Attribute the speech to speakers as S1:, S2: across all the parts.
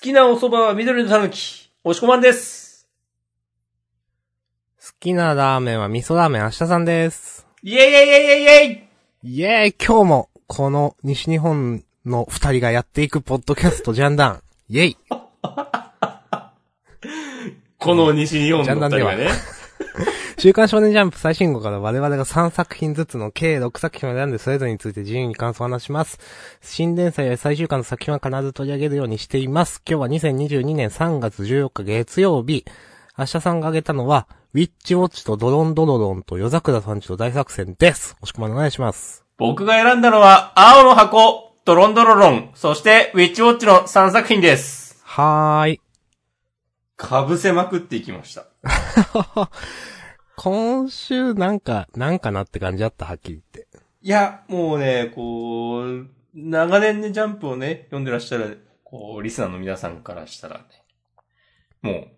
S1: きなお蕎麦は緑のたぬき。おしこまんです。
S2: 好きなラーメンは味噌ラーメン明日さんです。
S1: イェイイェイイェイイェイ
S2: イエーイ今日も、この西日本の二人がやっていくポッドキャストジャンダン。イェイ
S1: この西日本
S2: ジャ
S1: の
S2: ン
S1: 二
S2: ダンで
S1: 人
S2: は
S1: がね。
S2: 週刊少年ジャンプ最新号から我々が3作品ずつの計6作品を選んでそれぞれについて自由に感想を話します。新連載や最終巻の作品は必ず取り上げるようにしています。今日は2022年3月14日月曜日。明日さんが挙げたのは、ウィッチウォッチとドロンドロロンと夜桜さんちと大作戦です。おしくまんお願いします。
S1: 僕が選んだのは、青の箱、ドロンドロロン、そして、ウィッチウォッチの3作品です。
S2: はーい。
S1: かぶせまくっていきました。
S2: 今週なんか、なんかなって感じだった、はっきり言って。
S1: いや、もうね、こう、長年ね、ジャンプをね、読んでらっしゃる、こう、リスナーの皆さんからしたらね、も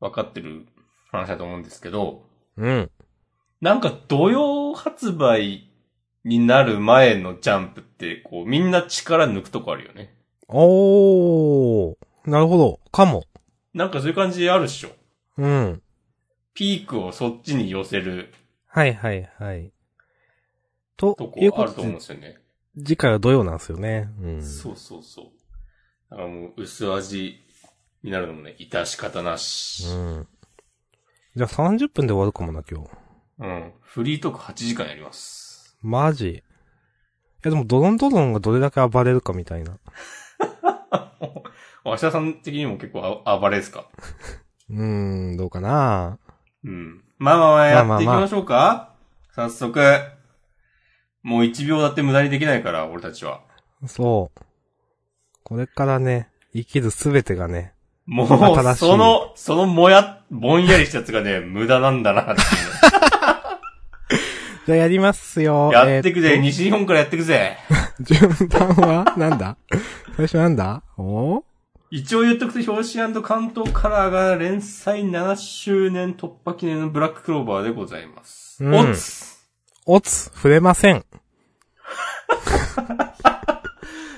S1: う、分かってる話だと思うんですけど、
S2: うん。
S1: なんか土曜発売になる前のジャンプって、こう、みんな力抜くとこあるよね。
S2: おー。なるほど。かも。
S1: なんかそういう感じあるっしょ。
S2: うん。
S1: ピークをそっちに寄せる
S2: はいはいはい。と
S1: とこ
S2: いう
S1: あ
S2: こ
S1: ると
S2: と
S1: 思うん
S2: で
S1: で、すよね。
S2: 次回は土曜なんですよね。うん。
S1: そうそうそう。だからもう、薄味になるのもね、致し方なし。
S2: うん。じゃあ30分で終わるかもな、今日。
S1: うん。フリートーク8時間やります。
S2: マジ。いやでも、ドロンドロンがどれだけ暴れるかみたいな。
S1: 明日さん的にも結構あ暴れですか
S2: うーん、どうかな
S1: うん。まあまあまあや
S2: ま
S1: っ
S2: あ
S1: ていき
S2: まあまあ
S1: ましょうか、早速。もう1秒だって無駄にできないから、俺たちは。
S2: そう。これからね、生きるすべてがね、
S1: も
S2: 新
S1: う、
S2: しい
S1: その、そのもや、ぼんやりしたやつがね、無駄なんだな っていう
S2: じゃあやりますよ。
S1: のやってくぜ、
S2: えーっ
S1: 西日本からやってくぜ。
S2: と 順番はなんだ最初なんだおー
S1: 一応言っとくと、表紙関東カラーが連載7周年突破記念のブラッククローバーでございます。
S2: うん
S1: おつ
S2: おつ、触れません。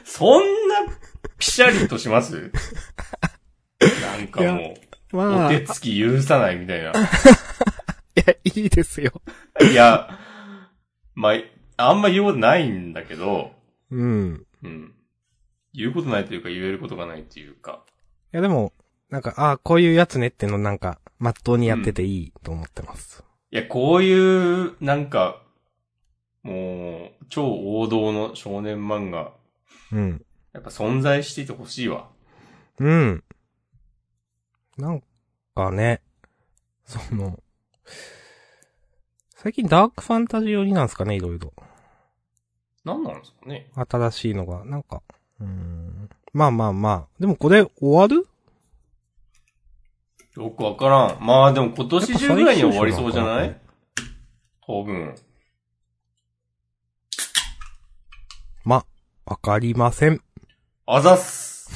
S1: そんな、ピシャリとしますなんかもう、
S2: ま
S1: お
S2: あ、い
S1: 手つき許さないみたいな。
S2: や、いいですよ。
S1: いや、まあ、あんま言うことないんだけど、
S2: うん。
S1: うん。言うことないというか言えることがないというか。
S2: いやでも、なんか、ああ、こういうやつねってのなんか、まっとうにやってていいと思ってます。
S1: いや、こういう、なんか、もう、超王道の少年漫画、
S2: うん。
S1: やっぱ存在していてほしいわ。
S2: うん。なんかね、その、最近ダークファンタジー寄りなんですかね、いろいろ。
S1: なんなんですかね。
S2: 新しいのが、なんか、うーん。まあまあまあ。でもこれ終わる
S1: よくわからん。まあでも今年中ぐらいには終わりそうじゃな
S2: やっ
S1: い多分。
S2: ま、わかりません。
S1: あざっす。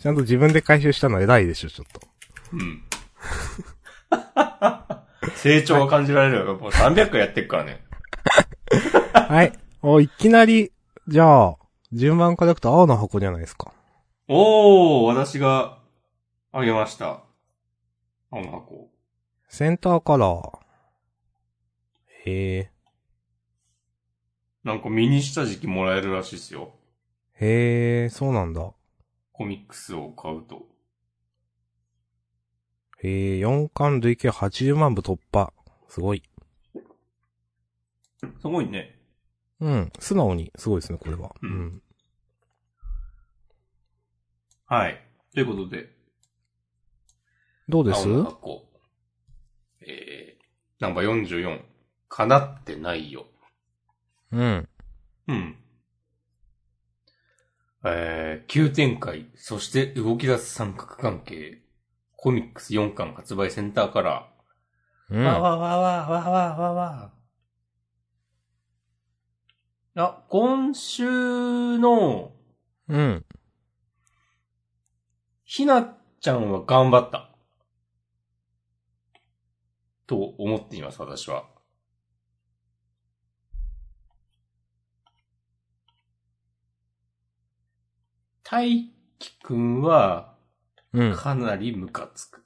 S2: ちゃんと自分で回収したの偉いでしょ、ちょっと。
S1: うん。成長が感じられるよ。もう300回やってるからね。
S2: はい。お、いきなり、じゃあ、順番からいくと青の箱じゃないですか。
S1: おー、私が、あげました。青の箱。
S2: センターカラー。へ
S1: なんかミニ下敷きもらえるらしいですよ。
S2: え、へえ、そうなんだ。
S1: コミックスを買うと。
S2: へえ、4巻累計80万部突破。すごい。
S1: すごいね。
S2: うん、素直に、すごいですね、これは。
S1: う
S2: うんん。
S1: はい。ということで、
S2: どうです
S1: 青の箱。えー、ナンバー44。叶ってないよ。
S2: うん。
S1: うん。えー、急展開、そして動き出す三角関係。コミックス4巻発売センターカラー。
S2: う
S1: わ
S2: ん。
S1: わわわわわわわ。あ、今週の、
S2: うん。
S1: ひなちゃんは頑張った。と思っています、私は。大輝くんは、
S2: うん。
S1: かなりムカつく。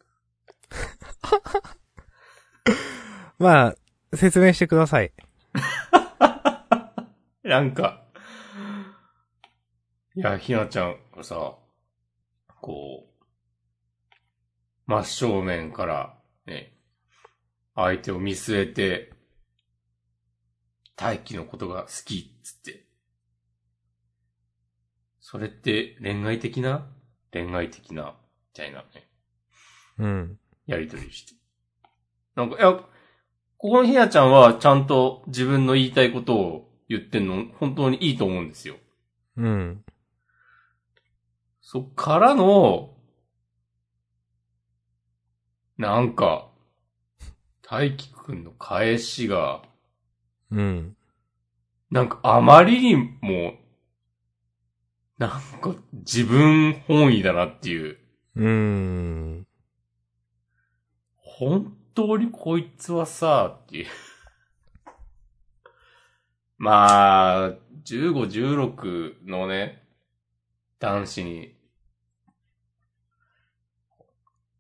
S2: まあ、説明してください。
S1: なんか、いや、ひなちゃんがさ、こう、真正面から、ね、相手を見据えて、大輝のことが好き、つって。それって恋愛的な恋愛的な、みたいなね、
S2: うん。
S1: やりとりして。なんか、いや、ここのひなちゃんはちゃんと自分の言いたいことを言ってんの、本当にいいと思うんですよ。
S2: うん。
S1: そっからの、なんか、大輝くんの返しが、
S2: うん。
S1: なんかあまりにも、なんか自分本位だなっていう、
S2: うーん。
S1: 本当にこいつはさ、っていう。まあ、15、16のね、男子に、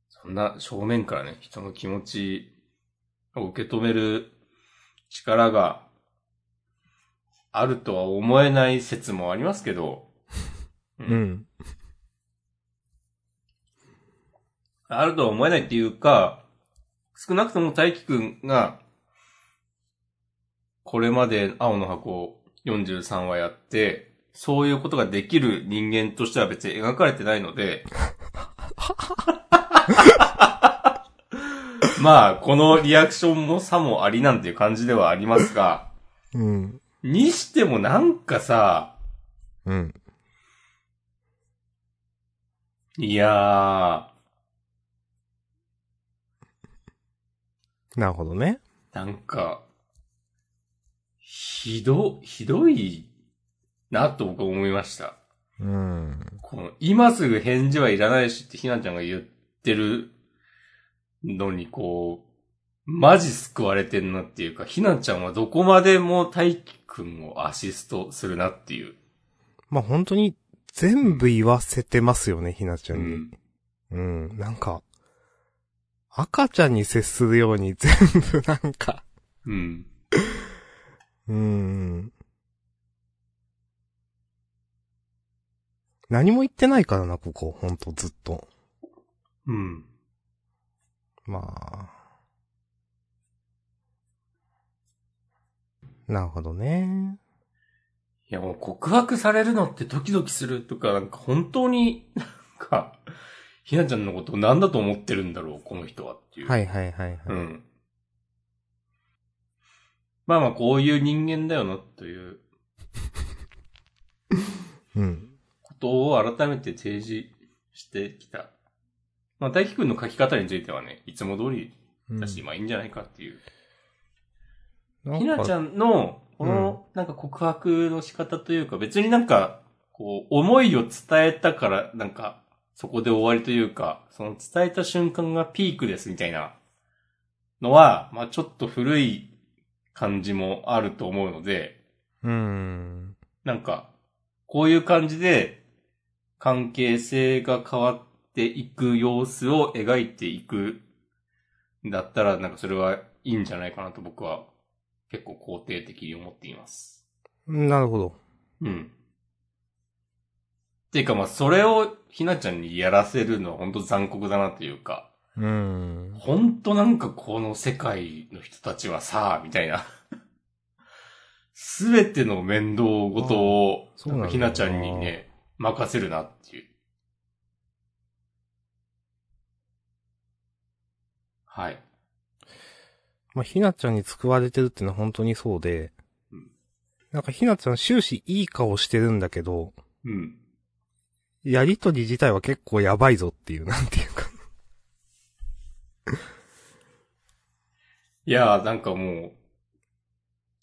S1: そんな正面からね、人の気持ちを受け止める力があるとは思えない説もありますけど、
S2: うん。
S1: あるとは思えないっていうか、少なくとも大輝くんが、これまで青の箱43話やって、そういうことができる人間としては別に描かれてないので、 まあ、このリアクションも差もありなんていう感じではありますが、
S2: うん。
S1: にしてもなんかさ、
S2: うん。
S1: いや
S2: なるほどね。
S1: ー、なんか、ひど、ひどいなと僕は思いました。
S2: うん。
S1: この、今すぐ返事はいらないしってひなちゃんが言ってるのに、こう、マジ救われてんなっていうか、ひなちゃんはどこまでも大輝くんをアシストするなっていう。
S2: まあ、本当に全部言わせてますよね、ひなちゃ
S1: うん
S2: に。
S1: ん。
S2: うん、なんか、赤ちゃんに接するように全部なんか、
S1: うん。
S2: うん。何も言ってないからな、ここ、ほんとずっと。
S1: うん。
S2: まあ。なるほどね。
S1: いや、もう告白されるのってドキドキするとか、なんか本当に、なんか、ひなちゃんのことを何だと思ってるんだろう、この人はっていう。
S2: はいはいはいはい。
S1: うん。まあまあ、こういう人間だよな、という
S2: うん。
S1: ことを改めて提示してきた。まあ、大輝くんの書き方についてはね、いつも通り
S2: うん
S1: だし、まあいいんじゃないかっていう。
S2: な
S1: ひなちゃ
S2: んか
S1: んの、この、なんか告白の仕方というか、別になんか、こう、思いを伝えたから、なんか、そこで終わりというか、その伝えた瞬間がピークですみたいなのは、まあちょっと古い感じもあると思うので、
S2: うん。
S1: なんか、こういう感じで、関係性が変わっていく様子を描いていく、だったら、なんかそれはいいんじゃないかなと僕は、結構肯定的に思っています。
S2: なるほど。
S1: うん。っていうかまあ、それをひなちゃんにやらせるのは本当残酷だなというか、
S2: うん。
S1: 本当なんかこの世界の人たちはさ、みたいな。すべての面倒ごとを、
S2: そうなんだ
S1: ひなちゃんにね、任せるなっていう。はい。
S2: まあ、ひなちゃんに救われてるっていうのは本当にそうで
S1: うん、
S2: なんかひなちゃん終始いい顔してるんだけど、
S1: うん。
S2: やりとり自体は結構やばいぞっていう、なんていうか。
S1: いやー、なんかもう、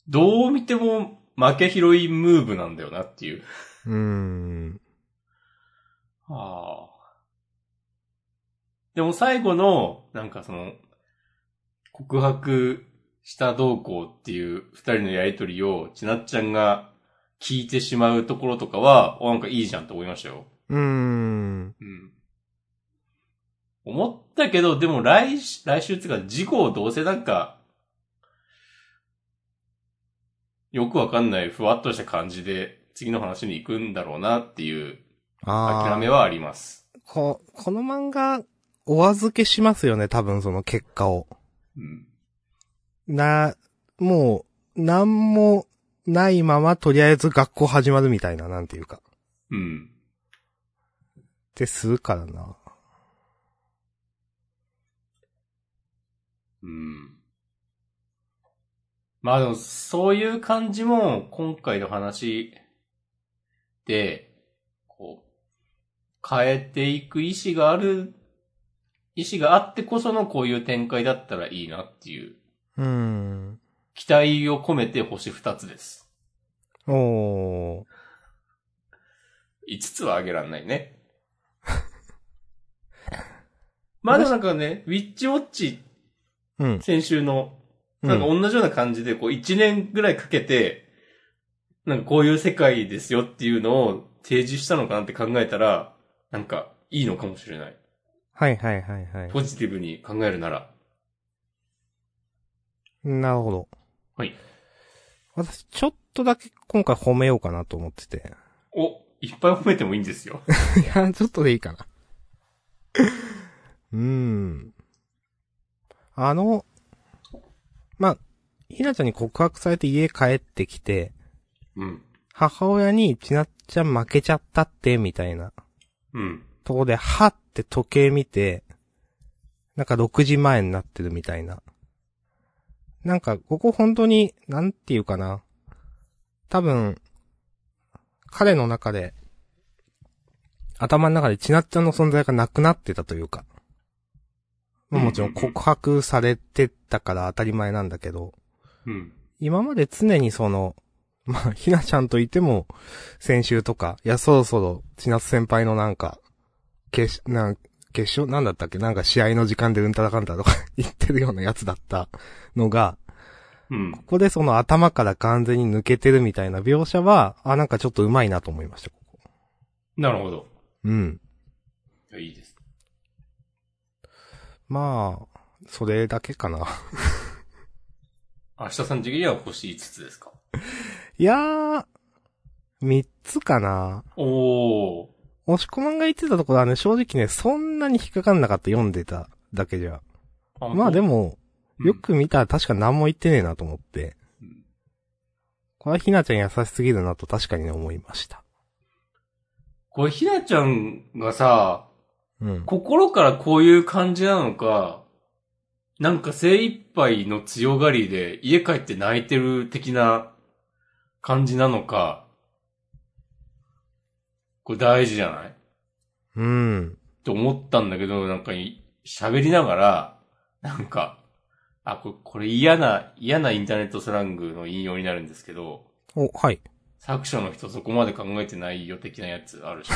S1: どう見ても負け拾いムーブなんだよなっていう。
S2: うーん。
S1: ああ。でも最後の、なんかその、告白したどうこうっていう二人のやりとりを、ちなっちゃんが聞いてしまうところとかは、おなんかいいじゃんって思いましたよ。
S2: うーん。
S1: うん。思ったけど、でも来し、来週っていうか、事故をどうせなんか、よくわかんない、ふわっとした感じで、次の話に行くんだろうなっていう、
S2: ああ。
S1: 諦めはあります。
S2: こ、この漫画、お預けしますよね、多分その結果を。
S1: うん。
S2: な、もう、なんもないまま、とりあえず学校始まるみたいな、なんていうか。
S1: うん。
S2: ってするからな。
S1: うん。まあでも、そういう感じも、今回の話で、こう、変えていく意志がある、意志があってこそのこういう展開だったらいいなっていう、
S2: うーん。
S1: 期待を込めて星2つです。
S2: おー。
S1: 5つはあげらんないね。まあでもなんかね、ウィッチウォッチ
S2: うん。
S1: 先週の
S2: う
S1: なんか同じような感じで、こう、一年ぐらいかけて、なんかこういう世界ですよっていうのを提示したのかなって考えたら、なんか、いいのかもしれない。
S2: はいはいはいはい。
S1: ポジティブに考えるなら。
S2: なるほど。
S1: はい。
S2: 私、ちょっとだけ今回褒めようかなと思ってて。
S1: お、いっぱい褒めてもいいんです よ。
S2: いや、ちょっとでいいかな。 うーん。あの、まあ、ひなちゃんに告白されて家帰ってきて、
S1: うん。
S2: 母親にちなっちゃん負けちゃったって、みたいな。
S1: うん。
S2: とこで、はって時計見て、なんか6時前になってるみたいな。なんか、ここ本当に、なんていうかな。多分、彼の中で、頭の中でちなっちゃんの存在がなくなってたというか。まあもちろん告白されてたから当たり前なんだけど。
S1: うん。
S2: 今まで常にその、 まあ、ひなちゃんといても、先週とか、いや、そろそろ、千夏先輩のなんか、決し、なん、決勝、なんだったっけなんか試合の時間でうんたらかんたらとか 言ってるようなやつだったのが、
S1: うん。
S2: ここでその頭から完全に抜けてるみたいな描写は、あ、なんかちょっと上手いなと思いました、ここ。
S1: なるほど。
S2: うん。
S1: いやいいです。
S2: まあ、それだけかな。
S1: 明日さん的には星5つですか
S2: いやー、三つかな。
S1: おー。
S2: 押し込まんが言ってたところはね、正直ね、そんなに引っかかんなかった読んでただけじゃ。まあで
S1: も、
S2: も、
S1: うん
S2: よ。く見たら確か何も言ってねえなと思って
S1: うん。
S2: これはひなちゃん優しすぎるなと確かにね思いました。
S1: これ、ひなちゃんがさ、
S2: うん。
S1: 心からこういう感じなのか、なんか精一杯の強がりで家帰って泣いてる的な感じなのか、これ大事じゃない
S2: うん。
S1: と思ったんだけど、なんかい喋りながら、なんか、あ、これこれ嫌な、嫌なインターネットスラングの引用になるんですけど、
S2: お、はい。
S1: 作者の人そこまで考えてないよ的なやつあるし。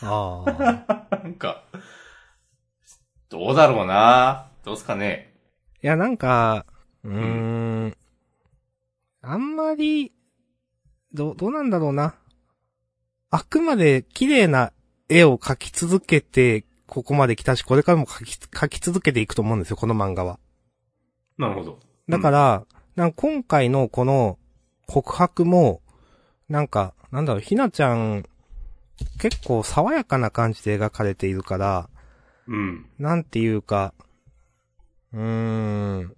S2: ああ。
S1: なんか、どうだろうなどうすかね
S2: いや、なんか、うーん。あんまり、ど、どうなんだろうな。あくまで綺麗な絵を描き続けて、ここまで来たし、これからも描き、描き続けていくと思うんですよ、この漫画は。
S1: なるほど。
S2: だから、なんか今回のこの告白も、なんか、なんだろう、ひなちゃん、結構爽やかな感じで描かれているから、
S1: うん。
S2: なんていうか、うーん、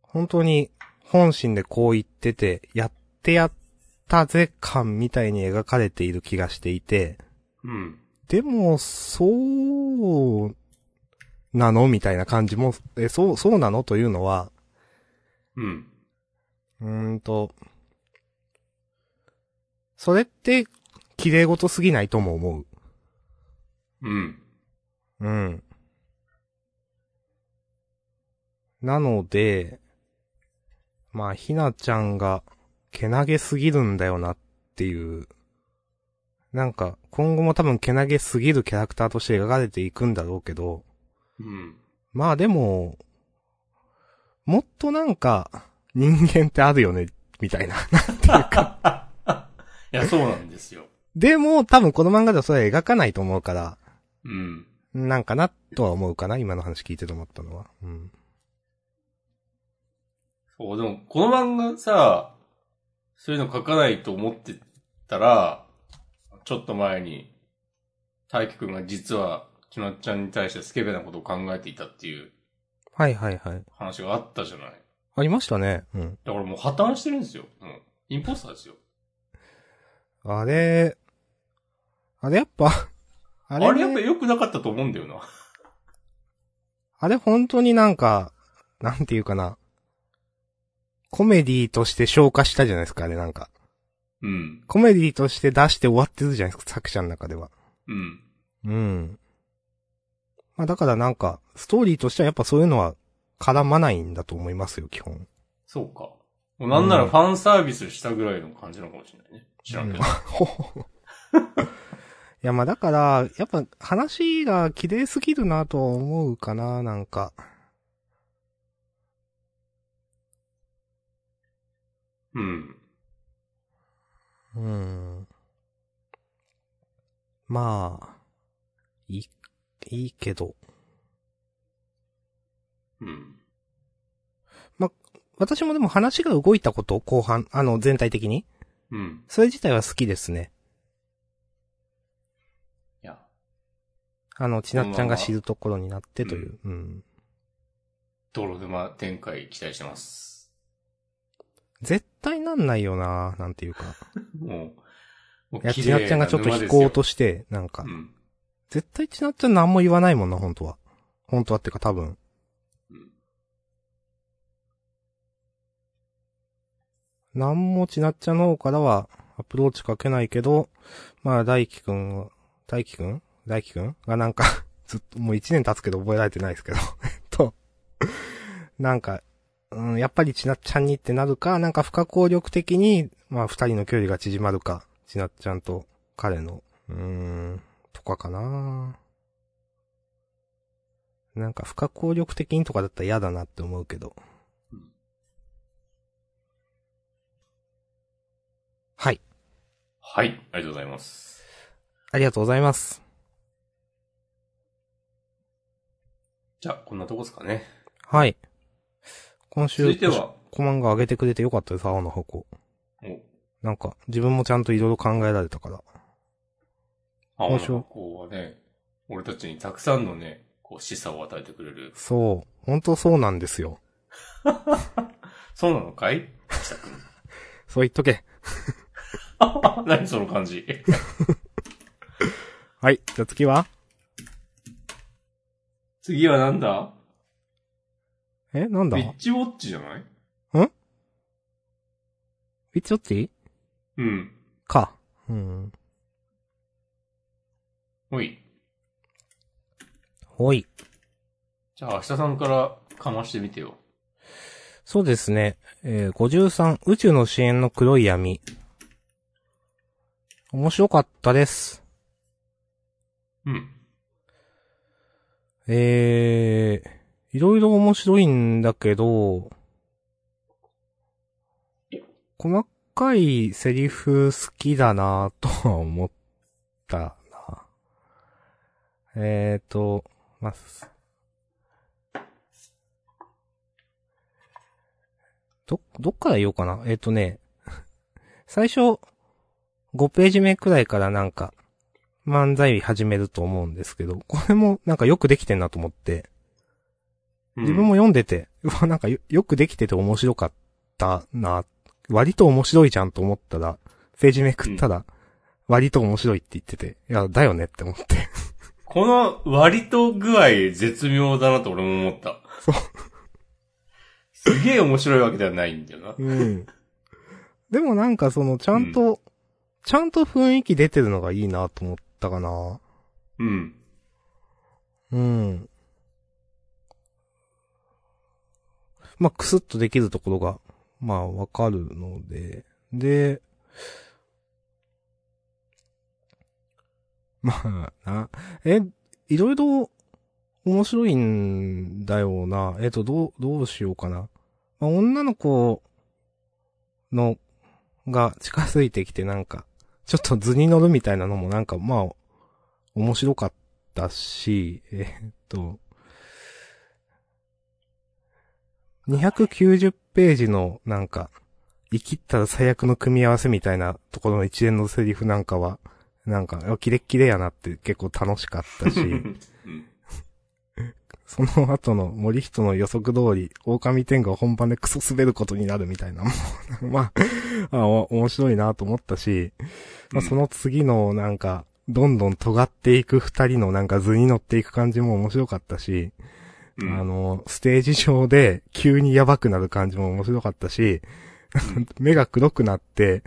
S2: 本当に本心でこう言ってて、やってやったぜ感みたいに描かれている気がしていて、
S1: うん。
S2: でも、そう、なのみたいな感じも、え、そう、そうなのというのは、
S1: うん。
S2: うーんと、それって、綺麗事すぎないとも思う。
S1: うん。
S2: うん。なので、まあ、ひなちゃんが、けなげすぎるんだよなっていう。なんか、今後も多分けなげすぎるキャラクターとして描かれていくんだろうけど、
S1: うん。
S2: まあでも、もっとなんか、人間ってあるよね、みたいな。なんていうか。
S1: や、そうなんですよ。
S2: でも、多分この漫画ではそれは描かないと思うから、
S1: うん。
S2: なんかな、とは思うかな、今の話聞いてて思ったのは。うん。
S1: そう、でも、この漫画さ、そういうの書かないと思ってたら、ちょっと前に、大輝くんが実は、きまっちゃんに対してスケベなことを考えていたっていう
S2: はいはいはい。
S1: 話があったじゃない。
S2: ありましたね。うん。
S1: だからもう破綻してるんですよ。もう、インポスターですよ。
S2: あれ、あれやっぱ、 あ
S1: あ
S2: れ
S1: れ,、
S2: ね、
S1: やっぱ良くなかったと思うんだよな。
S2: あれ本当になんか、なんていうかな。コメディとして消化したじゃないですか、あれなんか。
S1: うん。
S2: コメディとして出して終わってるじゃないですか、作者の中では。
S1: うん。
S2: うん。まあだからなんか、ストーリーとしてはやっぱそういうのは絡まないんだと思いますよ、基本。
S1: そうか。もうなんならファンサービスしたぐらいの感じなのかもしれないね。知らんけど。
S2: ほほほいや、まあだから、やっぱ話が綺麗すぎるなとは思うかな、なんか。
S1: うん。
S2: うん。まあ、いい、いいけど。
S1: うん。
S2: 私もでも話が動いたこと、後半、あの、全体的に。
S1: うん。
S2: それ自体は好きですね。
S1: いや。
S2: あの、ちなっちゃんが知るところになってという。うん。
S1: 泥沼展開期待してます。
S2: 絶対なんないよななんていうか。
S1: もう、も
S2: いや、ちなっちゃんがちょっと引こうとして、なん
S1: た
S2: か
S1: う。ん。
S2: 絶対ちなっちゃん何も言わないもんな、本当は。本当はってか多分。
S1: うん
S2: なんもちなっちゃんの方からはアプローチかけないけど、まあ大輝くんは、大輝くん大輝くんがなんか、 ずっともう一年経つけど覚えられてないですけど、 えっと、なんか、うん、やっぱりちなっちゃんにってなるか、なんか不可抗力的に、まあ二人の距離が縮まるか、ちなっちゃんと彼の、うーん、とかかななんか不可抗力的にとかだったら嫌だなって思うけど。
S1: うん
S2: はい。
S1: はい、ありがとうございます。
S2: ありがとうございます。
S1: じゃあ、こんなとこですかね。
S2: はい。今週、
S1: 続いては、
S2: コマンが上げてくれてよかったです、青の箱。
S1: お、
S2: なんか、自分もちゃんといろいろ考えられたから。
S1: 青の
S2: どうしよう
S1: 箱はね、俺たちにたくさんのね、こう、示唆を与えてくれる。
S2: そう。本当そうなんですよ。
S1: そうなのかい
S2: そう言っとけ。
S1: 何その感じ。
S2: はい。じゃあ次は
S1: 次はなんだ
S2: えなんだ
S1: ビ
S2: ウ
S1: ッチウォッチじゃない
S2: ィッチウォッチ
S1: うん。
S2: か。うん。
S1: ほい。
S2: ほい。
S1: じゃあ、明日さんからかましてみてよ。
S2: そうですね。えー、53、宇宙の支援の黒い闇。面白かったです。
S1: うん。
S2: えー、いろいろ面白いんだけど、細かいセリフ好きだなぁとは思ったなえーと、まあ、すど、どっから言おうかなえっ、とね、最初、5ページ目くらいからなんか、漫才始めると思うんですけど、これもなんかよくできてんなと思って、
S1: うん
S2: 自分も、読んでて、 うわ、なんかよよくできてて面白かったな、割と面白いじゃんと思ったら、ページめくったら、割と面白いって言ってて、いや、だよねって思って。
S1: この割と具合絶妙だなと俺も思った。
S2: そう
S1: すげえ面白いわけではないんだよな。
S2: うん。 でもなんかその、ちゃんと、ちゃんと雰囲気出てるのがいいなと思ったかな。
S1: うん。
S2: うん。まあ、くすっとできるところが、まあ、わかるので、で、まあ、な、え、いろいろ面白いんだよな。えっと、どう、どうしようかな。まあ、女の子の、が近づいてきてなんか、ちょっと図に乗るみたいなのもなんか、まあ、面白かったし、えーっと、290ページのなんか、生きったら最悪の組み合わせみたいなところの一連のセリフなんかは、なんか、あキレッキレやなって結構楽しかったし、
S1: うん
S2: その後の森人の予測通り、狼天が本番でクソ滑ることになるみたいな、 もうまあ、 あお面白いなと思ったし、まあ、その次のなんか、どんどん尖っていく二人のなんか図に乗っていく感じも面白かったし、
S1: うん
S2: あの、ステージ上で急にやばくなる感じも面白かったし、 目が黒くなって、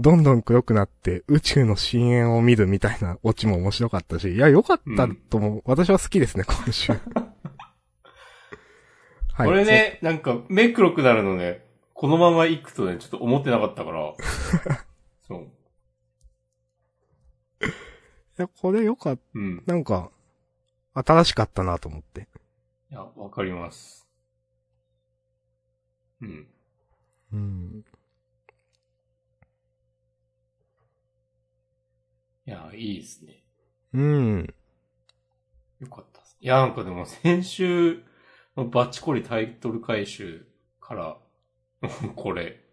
S2: どんどん黒くなって宇宙の深淵を見るみたいなオチも面白かったし、いや、良かったとも、私は好きですね、今週。は
S1: これ。ね、なんか、目黒くなるのね、このまま行くとね、ちょっと思ってなかった から。そう。
S2: そういや、これ良かった。
S1: うん。
S2: なんか、新しかったなと思って。
S1: いや、わかります。うん。
S2: うん。
S1: いや、いいですね。
S2: うん。
S1: よかったっす。いや、なんかでも先週のバチコリタイトル回収から、 もうこれ、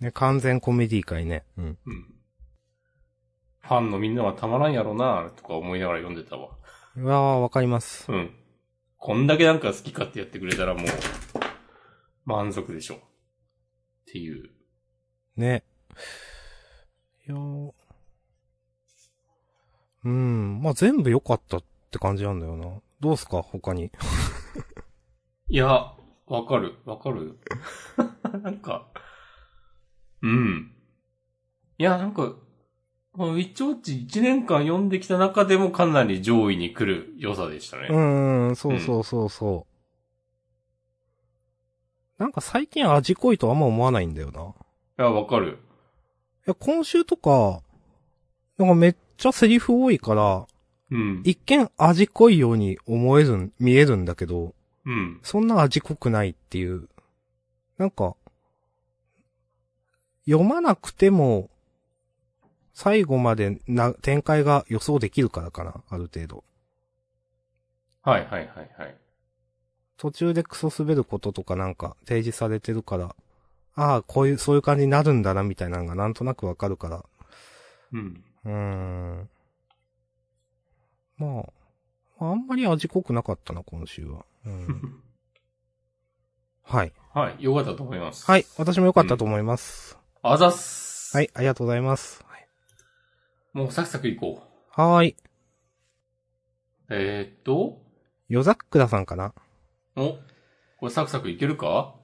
S2: ね、完全コメディ界ね。うん。
S1: うん。ファンのみんなはたまらんやろな、とか思いながら読んでたわ。
S2: うわあ、わかります。
S1: うん。こんだけなんか好き勝手やってくれたらもう、満足でしょ。っていう。
S2: ね。いやーうん。まあ、全部良かったって感じなんだよな。どうすか他に。
S1: いや、わかる、わかる。 なんか、うん。いや、なんか、まあウィッチウォッチ1年間読んできた中でもかなり上位に来る良さでしたね。
S2: うん、そうそうそうそう。なんか最近味濃いとあんま思わないんだよな。い
S1: いや、わかる。
S2: や、今週とか、なんかめっちゃセリフ多いから、
S1: うん。
S2: 一見味濃いように思えるん、見えるんだけど、
S1: うん。
S2: そんな味濃くないっていう。なんか、読まなくても、最後までな、展開が予想できるからかな、ある程度。
S1: はいはいはいはい。
S2: 途中でクソ滑ることとかなんか提示されてるから、ああ、こういう、そういう感じになるんだな、みたいなのがなんとなくわかるから。
S1: うん。
S2: うーん。まあ、あんまり味濃くなかったな、今週は。 うん、はい。
S1: はい、良かったと思います。
S2: はい。。私も良かったと思います。
S1: あざっす。
S2: はい。ありがとうございます。はい
S1: もうサクサクいこう。
S2: はーい。
S1: えー、っと、
S2: ヨザックラさんかな
S1: お、これサクサクいける か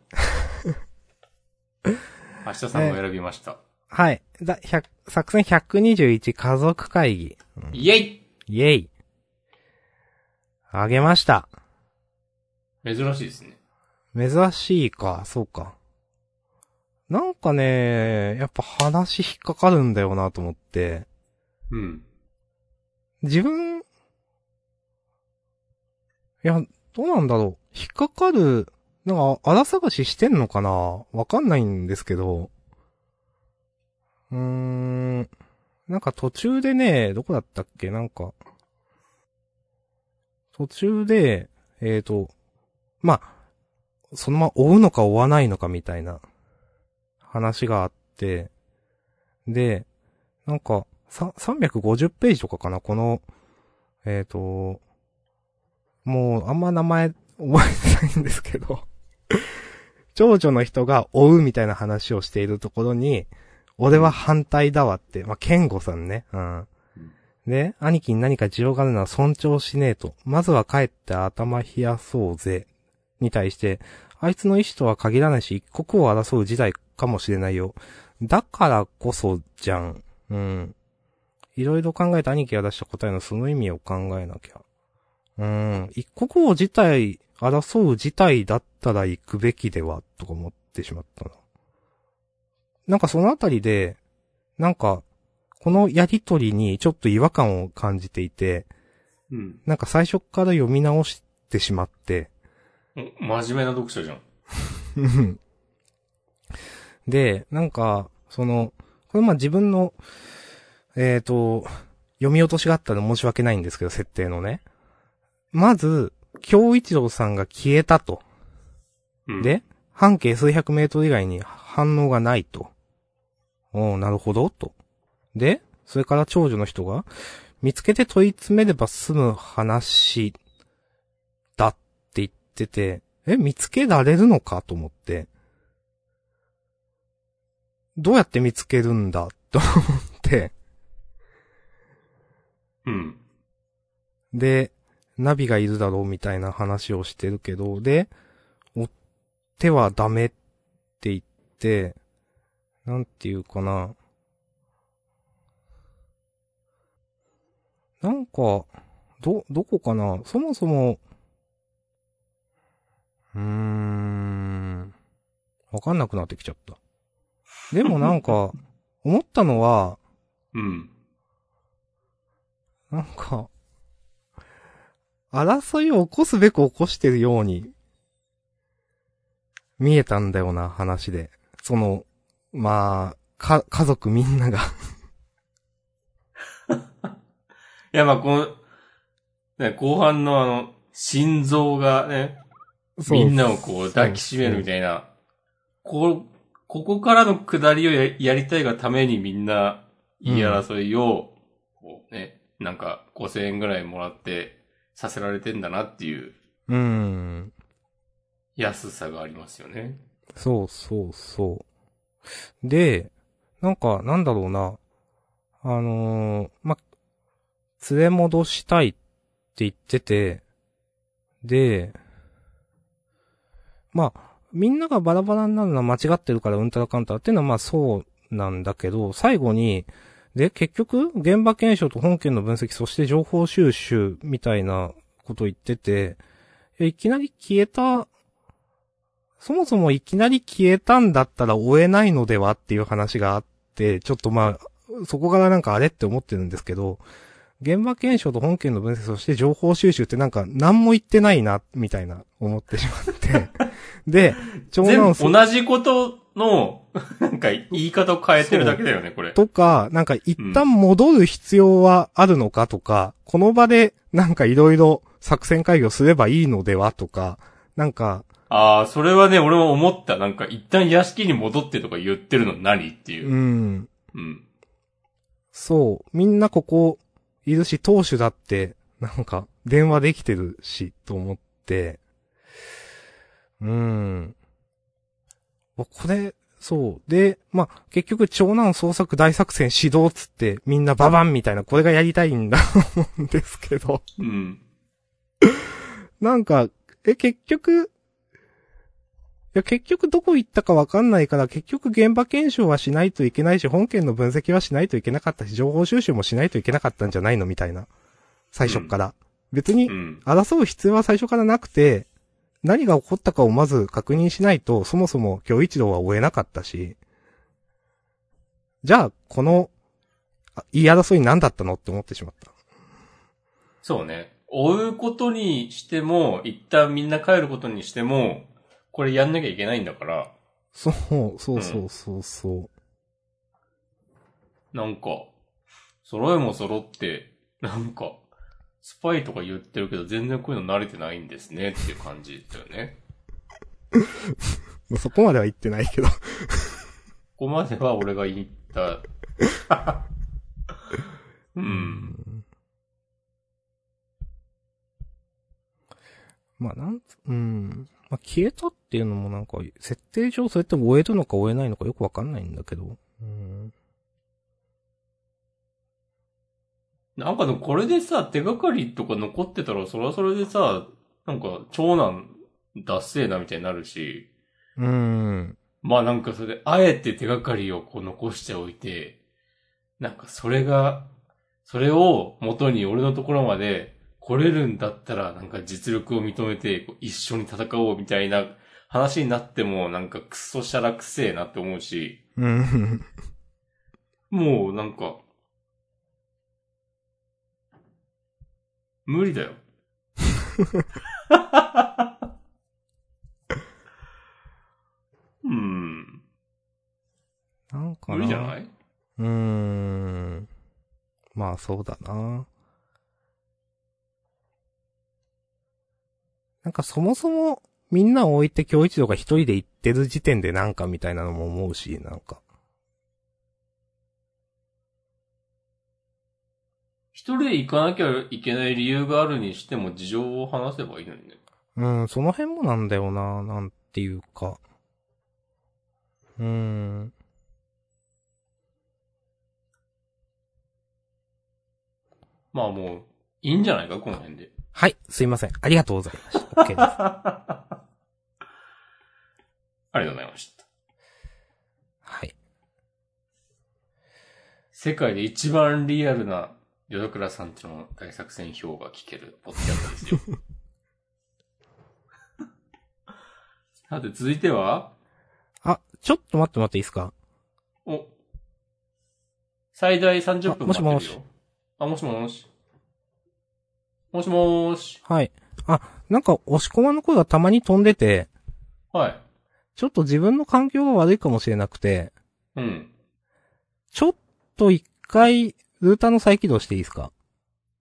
S1: 明日さんが選びました。
S2: はい。だ、100作戦121家族会議。
S1: イェイ
S2: イェイ。あげました。
S1: 珍しいですね。
S2: 珍しいか、そうか。なんかね、やっぱ話引っかかるんだよなと思って。
S1: うん。
S2: 自分、いや、どうなんだろう。引っかかる、なんか、荒探ししてんのかなわかんないんですけど。うーん。なんか途中でね、どこだったっけなんか。途中で、えーと、まあ、そのまま追うのか追わないのかみたいな話があって、で、なんか、さ、350ページとかかなこの、えっ、と、もう、あんま名前覚えてないんですけど、 長女の人が追うみたいな話をしているところに、俺は反対だわって、まあ、ケンゴさんね、うん。で、兄貴に何か事情があるなら尊重しねえと、まずは帰って頭冷やそうぜ、に対して、あいつの意思とは限らないし、一刻を争う事態かもしれないよ。だからこそじゃん。うん。いろいろ考えて兄貴が出した答えのその意味を考えなきゃ。うん。一刻を事態、争う事態だったら行くべきでは、とか思ってしまったな。なんかそのあたりで、なんか、このやりとりにちょっと違和感を感じていて、
S1: うん。
S2: なんか最初から読み直してしまって、
S1: お真面目な読者じゃん。
S2: うんで、なんか、その、これまあ自分の、えっ、と、読み落としがあったら申し訳ないんですけど、設定のね。まず、京一郎さんが消えたと。
S1: うん、
S2: で、半径数百メートル以外に反応がないと。おーなるほど、と。で、それから長女の人が、見つけて問い詰めれば済む話、だって言ってて、え、見つけられるのかと思って。どうやって見つけるんだと思って。
S1: うん。
S2: で、ナビがいるだろうみたいな話をしてるけど、で、追ってはダメって言って、なんていうかな。なんか、ど、どこかなそもそも、うーん、わかんなくなってきちゃった。でもなんか、思ったのは、
S1: うん。
S2: なんか、争いを起こすべく起こしてるように、見えたんだよな、話で。その、まあ、か、家族みんなが。
S1: いや、まあ、この、ね、後半のあの、心臓がね、みんなをこう抱きしめるみたいな、こ、ここからの下りをややりたいがためにみんな言い争いを、こうね、なんか5000円ぐらいもらってさせられてんだなっていう
S2: うーん。
S1: 安さがありますよね。
S2: そうそうそう。で、なんか、なんだろうな。あのー、ま、連れ戻したいって言ってて、で、まあ、みんながバラバラになるのは間違ってるからうんたらかんたらっていうのはまあそうなんだけど、最後に、で、結局、現場検証と本件の分析、そして情報収集みたいなこと言ってて、いやいきなり消えたそもそもいきなり消えたんだったら追えないのではっていう話があって、ちょっとまあ、そこからなんかあれって思ってるんですけど、現場検証と本件の分析、そして情報収集ってなんか何も言ってないな、みたいな思ってしまって。で、長
S1: 全
S2: 男
S1: 部
S2: す
S1: 同じことの、 なんか言い方を変えてるだけだよね、これ。
S2: とか、なんか一旦戻る必要はあるのかとか、この場でなんかいろいろ作戦会議をすればいいのではとか、なんか、
S1: ああ、それはね、俺も思った。なんか、一旦屋敷に戻ってとか言ってるの何っていうう。
S2: ん、
S1: うん。
S2: そう。みんなここいるし、当主だって、なんか、電話できてるし、と思って。うーん。わこれ、そう。で、まあ、結局、長男捜索大作戦始動っつって、みんなババンみたいな、これがやりたいんだ、思うんですけど。
S1: うん。
S2: なんか、え、結局、いや、結局どこ行ったかわかんないから、結局現場検証はしないといけないし、本件の分析はしないといけなかったし、情報収集もしないといけなかったんじゃないのみたいな。最初っから。別に
S1: う、ん。
S2: 争う必要は最初からなくて、何が起こったかをまず確認しないと、そもそも今日一郎は追えなかったし、じゃあ、この、あ言い争い何だったのって思ってしまった。
S1: そうね。追うことにしても、一旦みんな帰ることにしても、これやんなきゃいけないんだから、
S2: そう、そうそうそうそう。
S1: なんか、揃えも揃って、なんか、スパイとか言ってるけど、全然こういうの慣れてないんですねっていう感じだよね。
S2: まあそこまでは言ってないけど。
S1: ここまでは俺が言った。うん。
S2: まあ、なんつ、うん。まあ、消えたっていうのもなんか、設定上それって追えるのか追えないのかよくわかんないんだけど。うん。
S1: なんかでもこれでさ、手がかりとか残ってたら、それはそれでさ、なんか、長男、ダッセーなみたいになるし、
S2: うん。
S1: まあなんかそれで、あえて手がかりをこう残しておいて、なんかそれが、それを元に俺のところまで来れるんだったら、なんか実力を認めて、こう一緒に戦おうみたいな話になっても、なんかクソしゃらくせえなって思うし、
S2: うん。
S1: もうなんか、無理だよ。うん。
S2: なんかな。
S1: 無理じゃない
S2: うーん。まあそうだな。なんかそもそもみんなを置いて京一郎が一人で行ってる時点でなんかみたいなのも思うし、なんか。
S1: 一人で行かなきゃいけない理由があるにしても事情を話せばいいのにね。
S2: うん、その辺もなんだよな、なんていうか。うーん。
S1: まあもう、いいんじゃないか、この辺で。
S2: はい、すいません。ありがとうございました。OK です。
S1: ありがとうございました。
S2: はい。
S1: 世界で一番リアルな淀倉さんとの大作戦表が聞けるポッドキャスト ですよ。さて、続いては、
S2: あ、ちょっと待って待っていいですか
S1: お、最大30分
S2: あも
S1: 待
S2: しも
S1: っ
S2: して
S1: るよ。あ、もしもし。もしもし。
S2: はい。あ、なんか押し込まんの声がたまに飛んでて、
S1: はい。
S2: ちょっと自分の環境が悪いかもしれなくて、
S1: うん。
S2: ちょっと一回、ルーターの再起動していいですか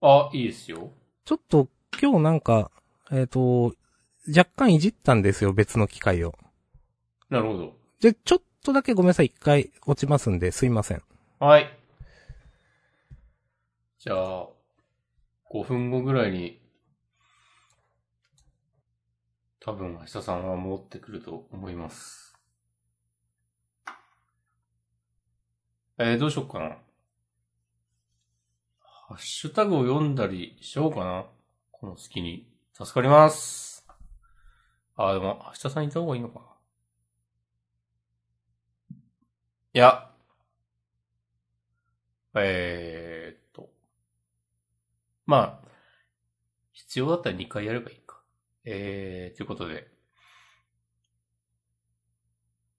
S1: あ、いいですよ。
S2: ちょっと今日なんか、えっ、と、若干いじったんですよ、別の機械を。
S1: なるほど。
S2: で、ちょっとだけごめんなさい、一回落ちますんで、すいません。
S1: はい。じゃあ、5分後ぐらいに、多分、明日さんは戻ってくると思います。えー、どうしよっかな。ハッシュタグを読んだりしようかな。この隙に。助かります。あー、でも、明日さんいた方がいいのかな。いや、えーっと。まあ、必要だったら2回やればいいか。えー、ということで。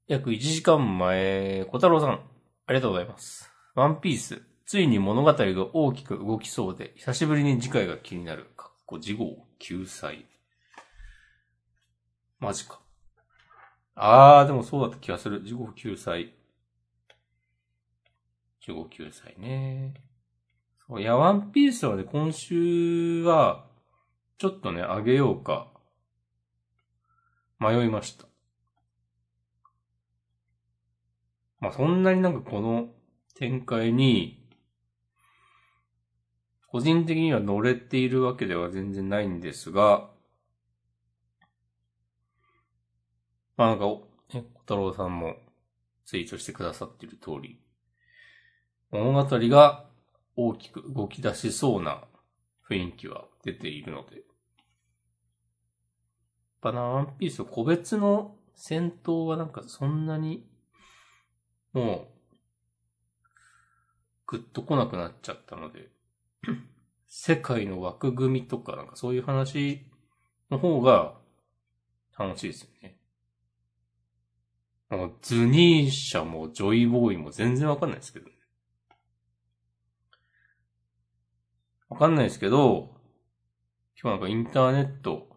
S1: 約1時間前、小太郎さん、ありがとうございます。ワンピース、ついに物語が大きく動きそうで、久しぶりに次回が気になる。かっこ、次号、救済。マジか。あー、でもそうだった気がする。次号救済。15、9歳ね。そう、いや、ワンピースはね、今週は、ちょっとね、あげようか、迷いました。まあ、そんなになんかこの展開に、個人的には乗れているわけでは全然ないんですが、まあなんか、おね、小太郎さんもツイートしてくださっている通り、物語が大きく動き出しそうな雰囲気は出ているので。やっぱな、ワンピース個別の戦闘はなんかそんなに、もう、ぐっと来なくなっちゃったので、 世界の枠組みとかなんかそういう話の方が楽しいですよね。もうズニーシャもジョイボーイも全然わかんないですけど。わかんないですけど、今日なんかインターネット、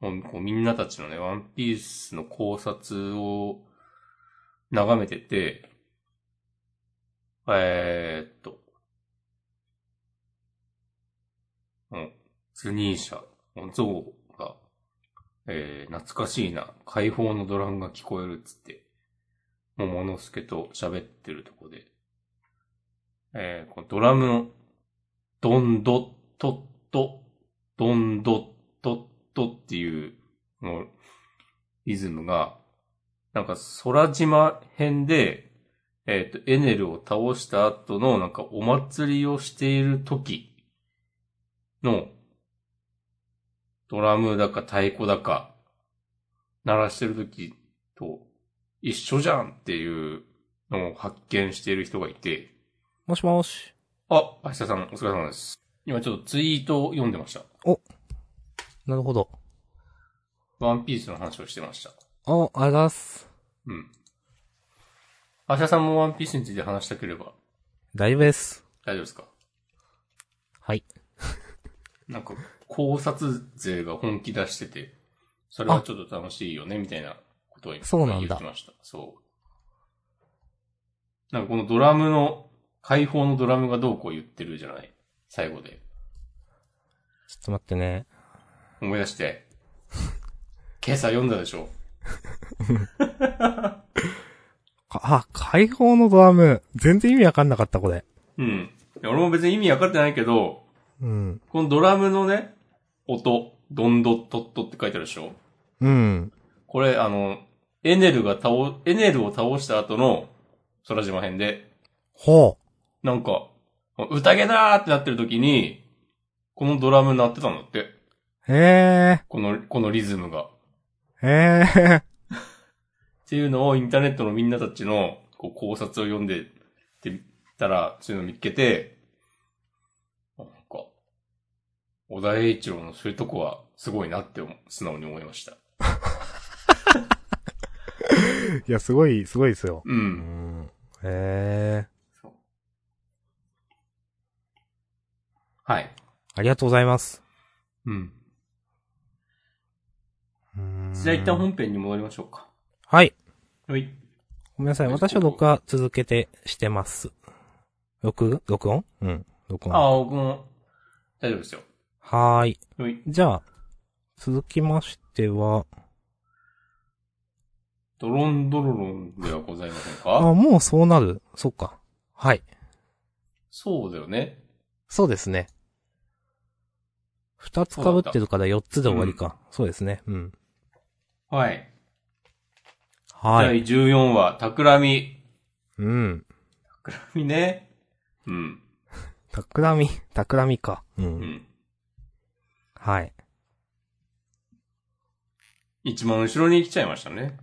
S1: もうこうみんなたちのね、ワンピースの考察を眺めてて、えー、っと、うん、ズニーシャ、ゾウが、えー、懐かしいな、解放のドラムが聞こえるっつって、桃之助と喋ってるとこで、えー、このドラムのどんどっとっと、どんどっとっとっていう、の、リズムが、なんか空島編で、えっ、と、エネルを倒した後の、なんかお祭りをしている時の、ドラムだか太鼓だか、鳴らしてる時と一緒じゃんっていうのを発見している人がいて、
S2: もしもし。
S1: あ、明日さん、お疲れ様です。今ちょっとツイートを読んでました。
S2: なるほど。
S1: ワンピースの話をしてました。
S2: あ、あざっす。
S1: うん。明日さんもワンピースについて話したければ
S2: 大丈夫です。
S1: 大丈夫ですか
S2: はい。
S1: なんか考察勢が本気出してて、それはちょっと楽しいよね、みたいなことを今
S2: そうなんだ
S1: 言ってました。そう。なんかこのドラムの、解放のドラムがどうこう言ってるじゃない最後で。
S2: ちょっと待ってね。
S1: 思い出して。今朝読んだでしょ
S2: かあ、解放のドラム。全然意味わかんなかった、これ。
S1: うん。いや俺も別に意味わかってないけど、
S2: うん。
S1: このドラムのね、音、ドンドットットって書いてあるでしょ
S2: うん。
S1: これ、あの、エネルが倒、エネルを倒した後の空島編で、
S2: ほ
S1: なんか、宴だーってなってる時に、このドラム鳴ってたんだって。
S2: う。へ
S1: この、このリズムが。っ
S2: え。へえ。
S1: ていうのをインターネットのみんなたちのこう考察を読んでってたら、そういうの見っけて、なんか、小田栄一郎のそういうとこはすごいなって思う素直に思いました。
S2: いや、すごい、すごいですよ。
S1: う。
S2: うんん。へえ。
S1: そうはい。
S2: ありがとうございます。
S1: うん。
S2: うーん
S1: じゃあ一旦本編に戻りましょうか。
S2: はい。
S1: はい。
S2: ごめんなさい。私は録画続けてしてます。録、録音うん。録
S1: あ
S2: 音。
S1: あ、僕も大丈夫ですよ。
S2: はーい。
S1: はい。
S2: じゃあ、続きましては、
S1: ドロンドロロンではございません
S2: あ、
S1: か
S2: もうそうなる。そっか。はい。
S1: そうだよね。
S2: そうですね。二つ被ってるから四つで終わりか。そうですね。うん。
S1: はい。
S2: はい。
S1: 第14話、企み。
S2: うん。
S1: 企みね。うん。
S2: 企み、企みか。う。
S1: うんん。
S2: はい。
S1: 一番後ろに来ちゃいましたね。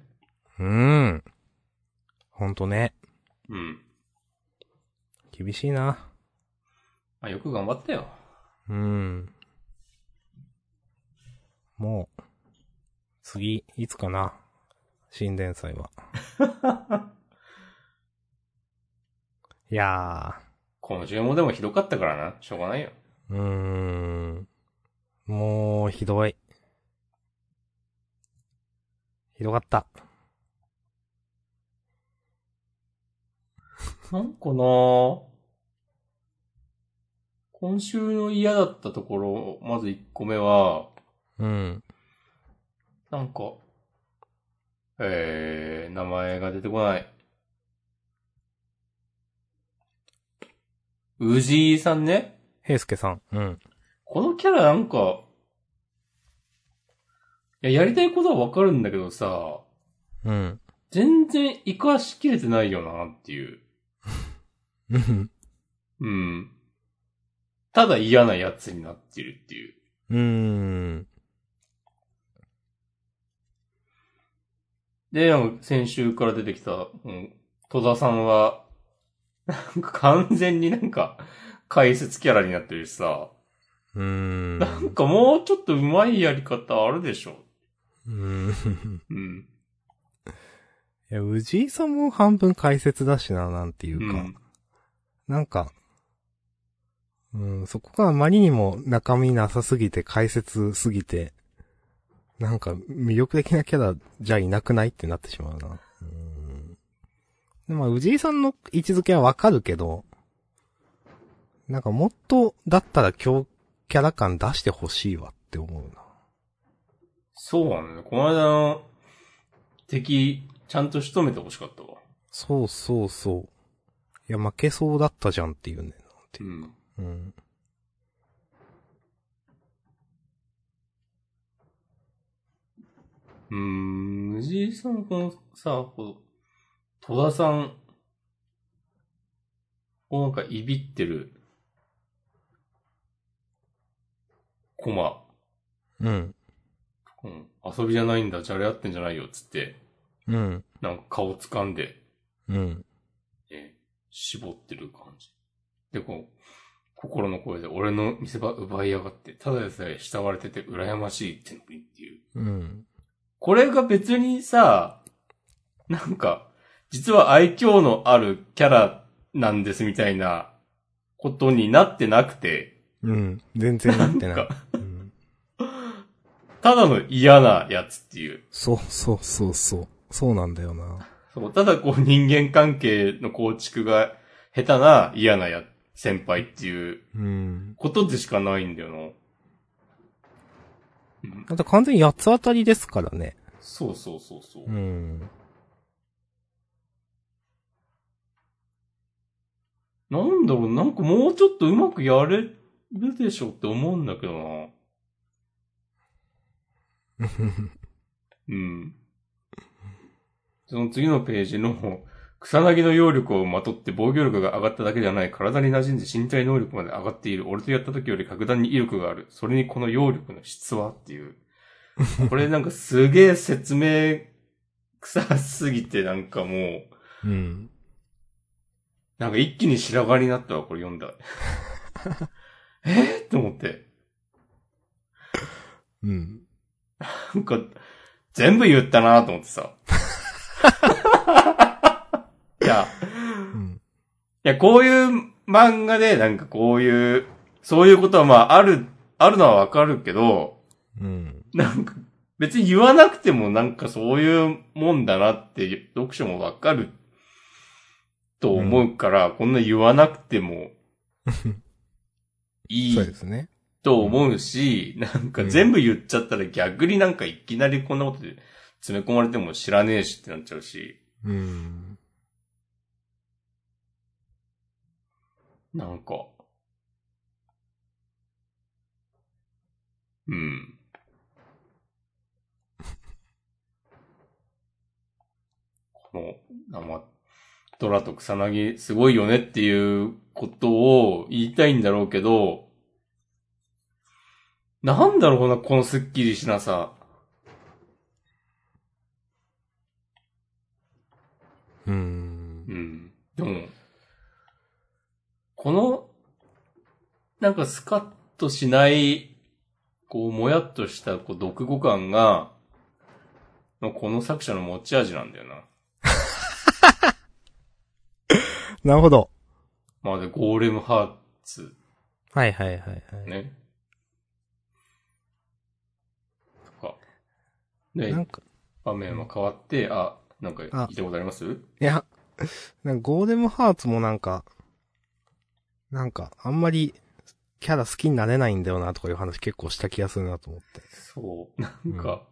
S2: うん。ほんとね。
S1: うん。
S2: 厳しいな。
S1: あ、よく頑張ったよ。
S2: うん。もう、次、いつかな。新伝祭は。いや
S1: 今週もでもひどかったからな。しょうがないよ。
S2: ー、うーん。もう、ひどい。ひどかった。
S1: なんかなぁ今週の嫌だったところ、まず1個目は、
S2: うん。
S1: なんか、えー、名前が出てこない。宇治井さんね
S2: 平介さん。うん。
S1: このキャラなんか、いや、やりたいことはわかるんだけどさ、
S2: うん。
S1: 全然活かしきれてないよなっていう。
S2: うん。
S1: うん。ただ嫌なやつになってるっていう。
S2: うーん。
S1: で、なんか先週から出てきた、うん、戸田さんは、なんか完全になんか、解説キャラになってるしさ、
S2: うーん。
S1: なんかもうちょっと上手いやり方あるでしょ。
S2: うん。
S1: うん。
S2: いや、藤井さんも半分解説だしな、なんていううか。
S1: ん。
S2: なんか、うん、そこがあまりにも中身なさすぎて解説すぎて、なんか魅力的なキャラじゃいなくないってなってしまうな。うん。でまあ、宇治井さんの位置づけはわかるけど、なんかもっと、だったら強キャラ感出してほしいわって思うな。
S1: そうなんだね。この間の敵、ちゃんと仕留めてほしかったわ。
S2: そうそうそう。いや、負けそうだったじゃんっていうね。
S1: うん。
S2: うん。
S1: うーん、藤井さん、このさ、こう、戸田さんをなんかいびってる、コマ、
S2: うん。
S1: うん、遊びじゃないんだ、じゃれ合ってんじゃないよ、つって、
S2: うん。
S1: なんか顔掴んで、
S2: うん。
S1: え絞ってる感じ。で、こう、心の声で俺の見せ場奪いやがって、ただでさえ慕われてて羨ましいってのにっていう。
S2: うん。
S1: これが別にさ、なんか、実は愛嬌のあるキャラなんですみたいなことになってなくて、
S2: うん。全然なって
S1: な
S2: なんい。
S1: か、
S2: うん
S1: ただの嫌なやつっていう。
S2: そうそうそうそう。そうなんだよな。
S1: そう、ただこう人間関係の構築が下手な嫌なや、先輩っていう
S2: うん。
S1: ことでしかないんだよな。うん
S2: あと完全に八つ当たりですからね。
S1: そうそうそうそう。
S2: うん。
S1: なんだろう、なんかもうちょっとうまくやれるでしょって思うんだけどな。うん。その次のページの、草薙の揚力をまとって防御力が上がっただけじゃない、体に馴染んで身体能力まで上がっている。俺とやった時より格段に威力がある。それにこの揚力の質はっていう。これなんかすげえ説明臭すぎてなんかもう、
S2: うん。
S1: なんか一気に白髪になったわ、これ読んだら。 えーと思って。
S2: うん。
S1: なんか、全部言ったなと思ってさ。 いや、
S2: うん。
S1: いや、こういう漫画で、なんかこういう、そういうことはまあ、ある、あるのはわかるけど、
S2: うん。
S1: なんか、別に言わなくてもなんかそういうもんだなって、読書もわかる、と思うから、こんな言わなくても、いい
S2: そうですね。
S1: と思うし、なんか全部言っちゃったら逆になんかいきなりこんなことで詰め込まれても知らねえしってなっちゃうし、
S2: うん。
S1: なんか。うん。この、生ドラと草薙すごいよねっていうことを言いたいんだろうけど、なんだろうな、このスッキリしなさ。う
S2: う。
S1: んん。でも、この、なんかスカッとしない、こう、もやっとした、こう、独語感が、のこの作者の持ち味なんだよな。
S2: なるほど。
S1: まあ、で、ゴーレムハーツ、
S2: はいはいはいはい。
S1: ね。とか。で
S2: なん、か、
S1: 場面は変わって、あ、なんか、聞いたことあります
S2: いや、なんかゴーデムハーツもなんか、なんか、あんまり、キャラ好きになれないんだよなとかいう話結構した気がするなと思って。
S1: そう。なんか、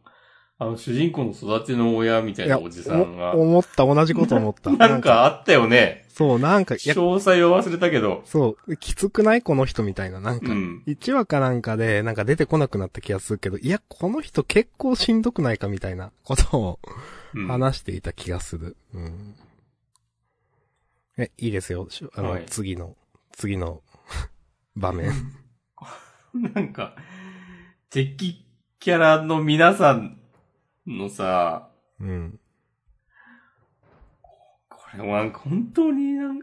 S1: あの、主人公の育ての親みたいなおじさんが
S2: お、思った、同じこと思った。
S1: なんかあったよね。
S2: そう、なんか、いや、
S1: 詳細は忘れたけど。
S2: そう、きつくないこの人みたいな、なん
S1: う
S2: か、
S1: ん。
S2: 1話かなんかで、なんか出てこなくなった気がするけど、いや、この人結構しんどくないかみたいなことを
S1: うん
S2: 話していた気がする。うん。え、いいですよ。しあの、
S1: はい
S2: 次の、次の 場面。
S1: なんか、敵キャラの皆さんのさ、
S2: うん。
S1: これはなんか本当になん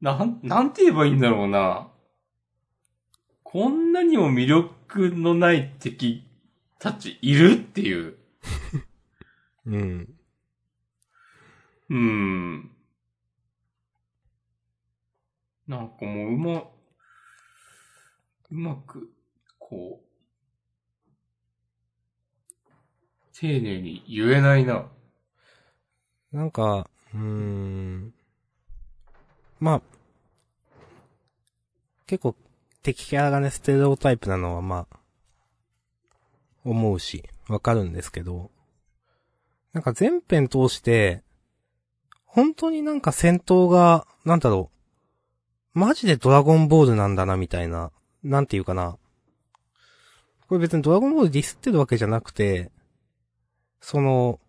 S1: なん、なんて言えばいいんだろうな。こんなにも魅力のない敵たちいるっていう。
S2: うん。
S1: うん。なんかもううま、うまく、こう、丁寧に言えないな。
S2: なんか、うーん。まあ、結構、敵キャラがね、ステレオタイプなのはまあ、思うし、わかるんですけど、なんか全編通して、本当になんか戦闘が、なんだろう、マジでドラゴンボールなんだな、みたいな、なんていうかな。これ別にドラゴンボールディスってるわけじゃなくて、その、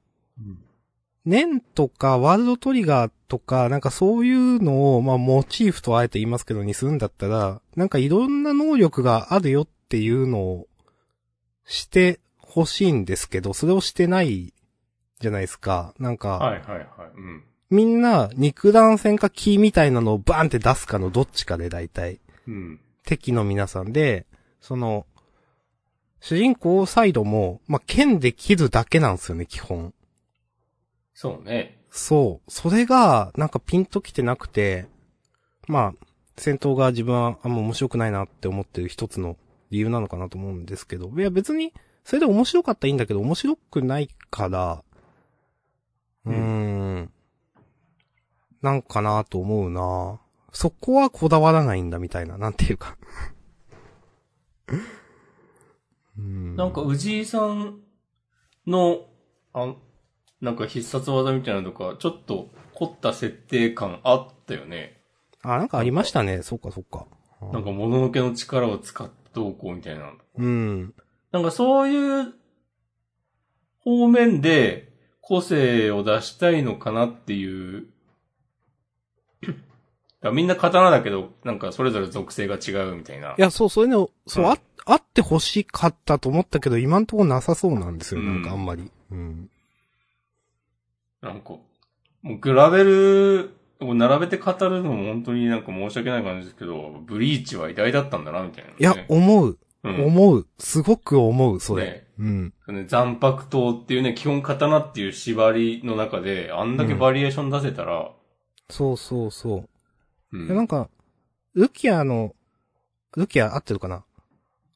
S2: 年とかワールドトリガーとか、なんかそういうのを、まあモチーフとあえて言いますけどにするんだったら、なんかいろんな能力があるよっていうのをしてほしいんですけど、それをしてないじゃないですか。なんか、
S1: はいはいはい。うん。
S2: みんな肉弾戦かキーみたいなのをバーンって出すかのどっちかで大体。
S1: うん。
S2: 敵の皆さんで、その、主人公サイドも、まあ剣で切るだけなんですよね、基本。
S1: そうね。
S2: そう。それが、なんかピンときてなくて、まあ、戦闘が自分はあんま面白くないなって思ってる一つの理由なのかなと思うんですけど、いや別に、それで面白かったらいいんだけど、面白くないから、う
S1: うん
S2: ん。なんかなと思うなそこはこだわらないんだみたいな、なんていうか。 うん
S1: なんか、藤井さんの、あ、なんか必殺技みたいなのとか、ちょっと凝った設定感あったよね。
S2: あ、なんかありましたね。そっかそっか。
S1: なんか、もののけの力を使ってどうこうみたいな。
S2: うん。
S1: なんかそういう方面で個性を出したいのかなっていう。だからみんな刀だけど、なんかそれぞれ属性が違うみたいな。
S2: いや、そう、そういうの、そう、
S1: うん
S2: あ、あって欲しかったと思ったけど、今んとこなさそうなんですよ。なんかあんまり。うん。
S1: なんか、もう比べる、こう並べて語るのも本当になんか申し訳ない感じですけど、ブリーチは偉大だったんだな、みたいなね、
S2: いや、思う。
S1: うん、
S2: 思う。すごく思う、それ。
S1: ね
S2: うん。
S1: そのね残白刀っていうね、基本刀っていう縛りの中で、あんだけバリエーション出せたら、
S2: そうそうそう。
S1: うん
S2: でなんか、ルキアの、ルキア合ってるかな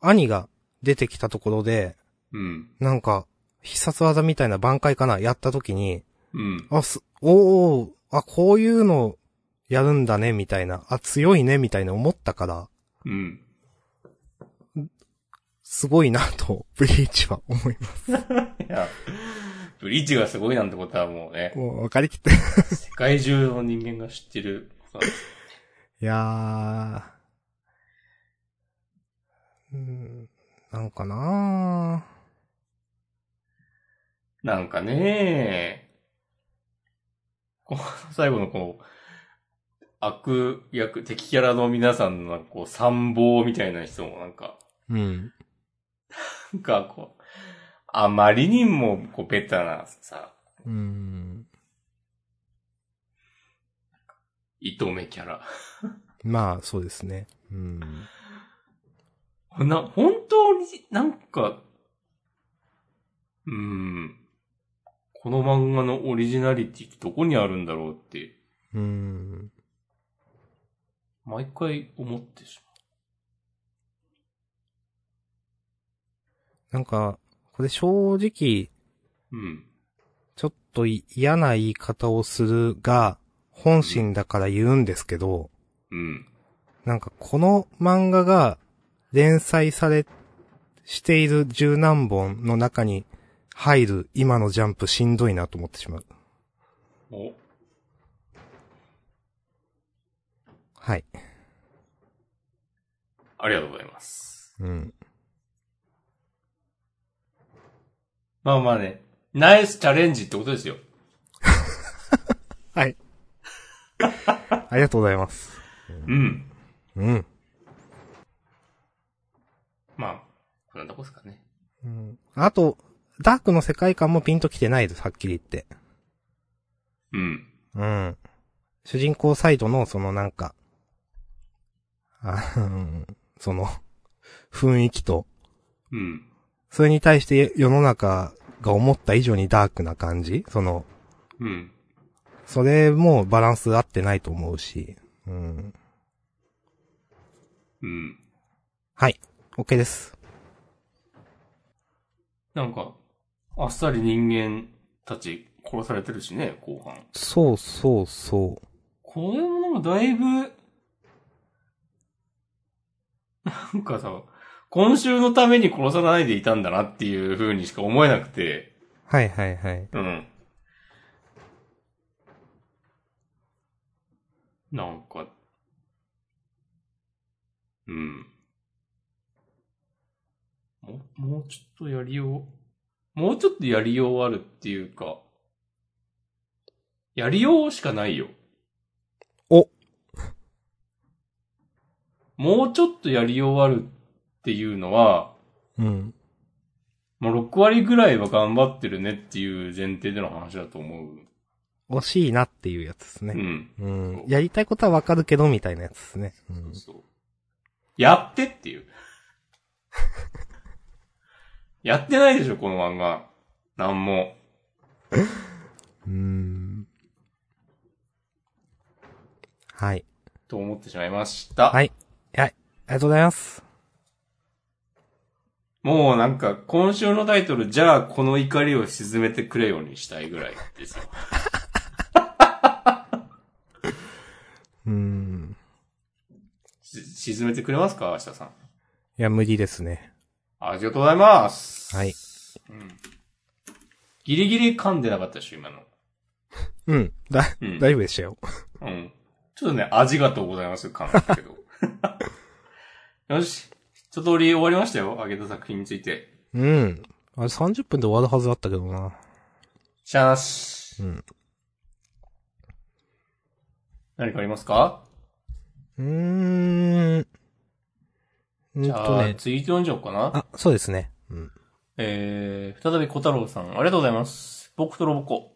S2: 兄が出てきたところで、
S1: うん。
S2: なんか、必殺技みたいな挽回かなやった時に、
S1: うん。
S2: あ、す、おーおーあ、こういうの、やるんだね、みたいな。あ、強いね、みたいな思ったから、
S1: うん。
S2: すごいな、と、ブリーチは思います。
S1: いや、ブリーチがすごいなんてことはもうね、
S2: もう、分かりきって。
S1: 世界中の人間が知ってることなんです。
S2: いやー。うーん、なんかなー。
S1: なんかねこう最後のこう、悪役、敵キャラの皆さんのなんかこう、参謀みたいな人もなんか、
S2: うん。
S1: なんかこう、あまりにもこう、ベタなさ、
S2: うーん。
S1: 糸目キャラ。
S2: まあ、そうですね。うん。
S1: な、本当になんか、うーん。この漫画のオリジナリティってどこにあるんだろうって、
S2: うーん。
S1: 毎回思ってし
S2: なんか、これ正直、
S1: まう。うん。
S2: ちょっとい嫌な言い方をするが、本心だから言うんですけど、
S1: うん。
S2: なんかこの漫画が連載され、している十何本の中に入る今のジャンプしんどいなと思ってしまう。
S1: お、
S2: はい。
S1: ありがとうございます。
S2: うん。
S1: まあまあね、ナイスチャレンジってことですよ。
S2: はい。ありがとうございます。
S1: うん。
S2: うん。
S1: まあ、こんなとこですかね。
S2: うん、あと、ダークの世界観もピンときてないです、はっきり言って。
S1: うん。
S2: うん。主人公サイドの、そのなんか、あ うんその、雰囲気と、
S1: うん。
S2: それに対して世の中が思った以上にダークな感じその、
S1: うん。
S2: それもバランス合ってないと思うし、うん。
S1: うん。
S2: はい。OK です。
S1: なんか、あっさり人間たち殺されてるしね、後半。
S2: そうそうそ
S1: これもなんかだいぶ、なんかさ、今週のために殺さないでいたんだなっていう風にしか思えなくて、
S2: う。はいはいはい。
S1: うん。なんか、うん。もう、もうちょっとやりよう、もうちょっとやりようあるっていうか、やりようしかないよ。
S2: お
S1: もうちょっとやりようあるっていうのは、
S2: うん。
S1: もう6割ぐらいは頑張ってるねっていう前提での話だと思う。
S2: 惜しいなっていうやつです
S1: う
S2: ね。
S1: ん。
S2: うん。やりたいことはわかるけど、みたいなやつですね。うん
S1: そう。やってって いう。やってないでしょ、この漫画。なんも。
S2: うーん。はい。
S1: と思ってしまいました。
S2: はいありがとうございます。
S1: もうなんか、今週のタイトル、じゃあこの怒りを沈めてくれよにしたいぐらいですよ。
S2: うん。
S1: し沈めてくれますか明日さん。
S2: いや、無理ですね。
S1: ありがとうございます。
S2: はい。
S1: うん。ギリギリ噛んでなかったでしょ、今の。
S2: うん。だ、
S1: うん。
S2: 大丈夫でしたよ。
S1: うん。ちょっとね、ありがとうございます、噛んだけ ど。よし。一通り終わりましたよ、あげた作品について。
S2: うん。あれ30分で終わるはずだったけどな。
S1: しゃーなし。
S2: うん。
S1: 何かありますか
S2: うーん。ん
S1: じ
S2: ー
S1: ゃ
S2: と
S1: あ、
S2: ね。
S1: ツイート読んじゃおうかな。
S2: あ、そうですね。うん。
S1: えー、再び小太郎さん、ありがとうございます。僕とロボコ。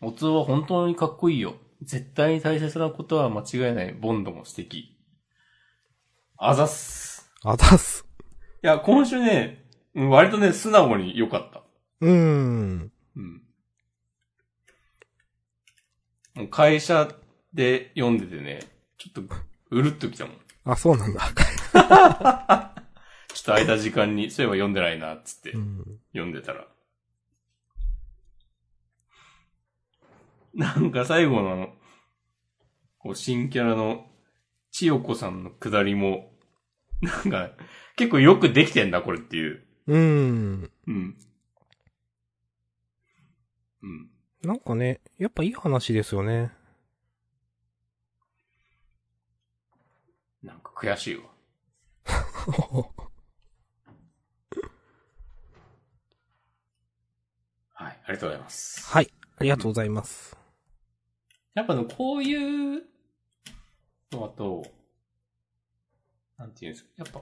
S1: おつは本当にかっこいいよ。絶対に大切なことは間違いない。ボンドも素敵。あざっす。
S2: あたす。
S1: いや、今週ね、うん割とね、素直に良かった。
S2: うーん。
S1: うん。もう会社で読んでてね、ちょっと、うるっときたもん。ちょ
S2: あ、そうなんだ。
S1: っと空いた時間に、そういえば読んでないな、つって
S2: う。ん。
S1: 読んでたら。なんか最後のあの、こう新キャラの千代子さんの下りも、なんか結構よくできてんだこれっていう。
S2: うーん。
S1: うん。うん。
S2: なんかね、やっぱいい話ですよね。
S1: なんか悔しいわ。はい、ありがとうございます。
S2: はい。ありがとうございます。
S1: やっぱね、こういうのあと、なんていうんですか、やっぱ、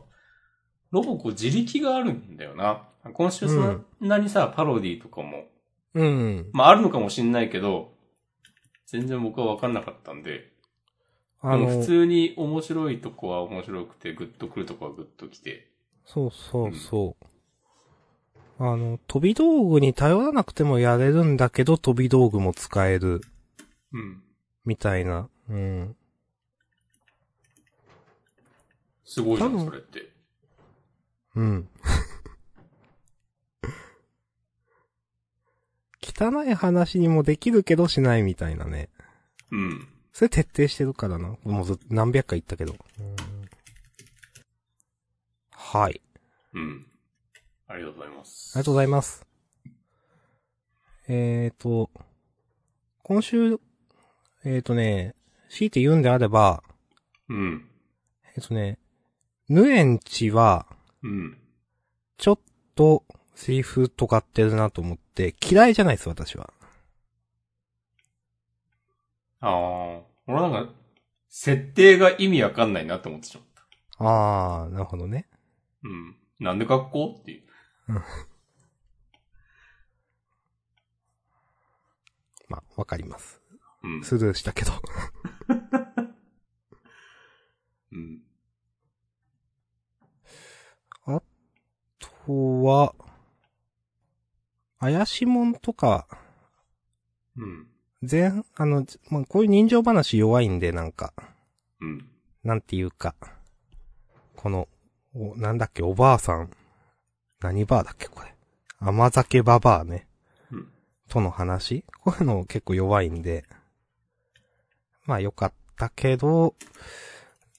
S1: ロボコ自力があるんだよな。今週そんなにさ、パロディとかも、
S2: うん。
S1: まああるのかもしんないけど、全然僕はわかんなかったんで、
S2: あ
S1: でも
S2: の
S1: 普、通に面白いとこは面白くて、グッとくるとこはグッときて、
S2: そうそうそう。あの、飛び道具に頼らなくてもやれるんだけど、飛び道具も使える。
S1: うん。
S2: みたいな。うん。
S1: すごいじゃ
S2: 多
S1: ん、
S2: 分
S1: それって。
S2: うん。 汚い話にもできるけどしないみたいなね。
S1: うん。
S2: それ徹底してるからな。もうず何百回言ったけど。うんはい。
S1: うん。ありがとうございます。
S2: ありがとうございます。えーと、今週、えーとね、強いて言うんであれば、
S1: うん。
S2: えっ、とね、ヌエンチは、
S1: うん。
S2: ちょっと、セリフ尖ってるなと思って、嫌いじゃないです、私は。
S1: ああ、俺なんか、設定が意味わかんないなって思ってしまった。
S2: あー、なるほどね。
S1: うん。なんで学校っていう。
S2: まあ、わかります。
S1: うん。
S2: スルーしたけど。
S1: うん。
S2: あとは、怪しもんとか、
S1: うん。
S2: 全、あの、まあ、こういう人情話弱いんで、なんか、
S1: うん。
S2: なんていうか、この、おなんだっけ、おばあさん、何バーだっけ、これ。甘酒ババアね。
S1: うん
S2: との話こういうの結構弱いんで。まあ良かったけど、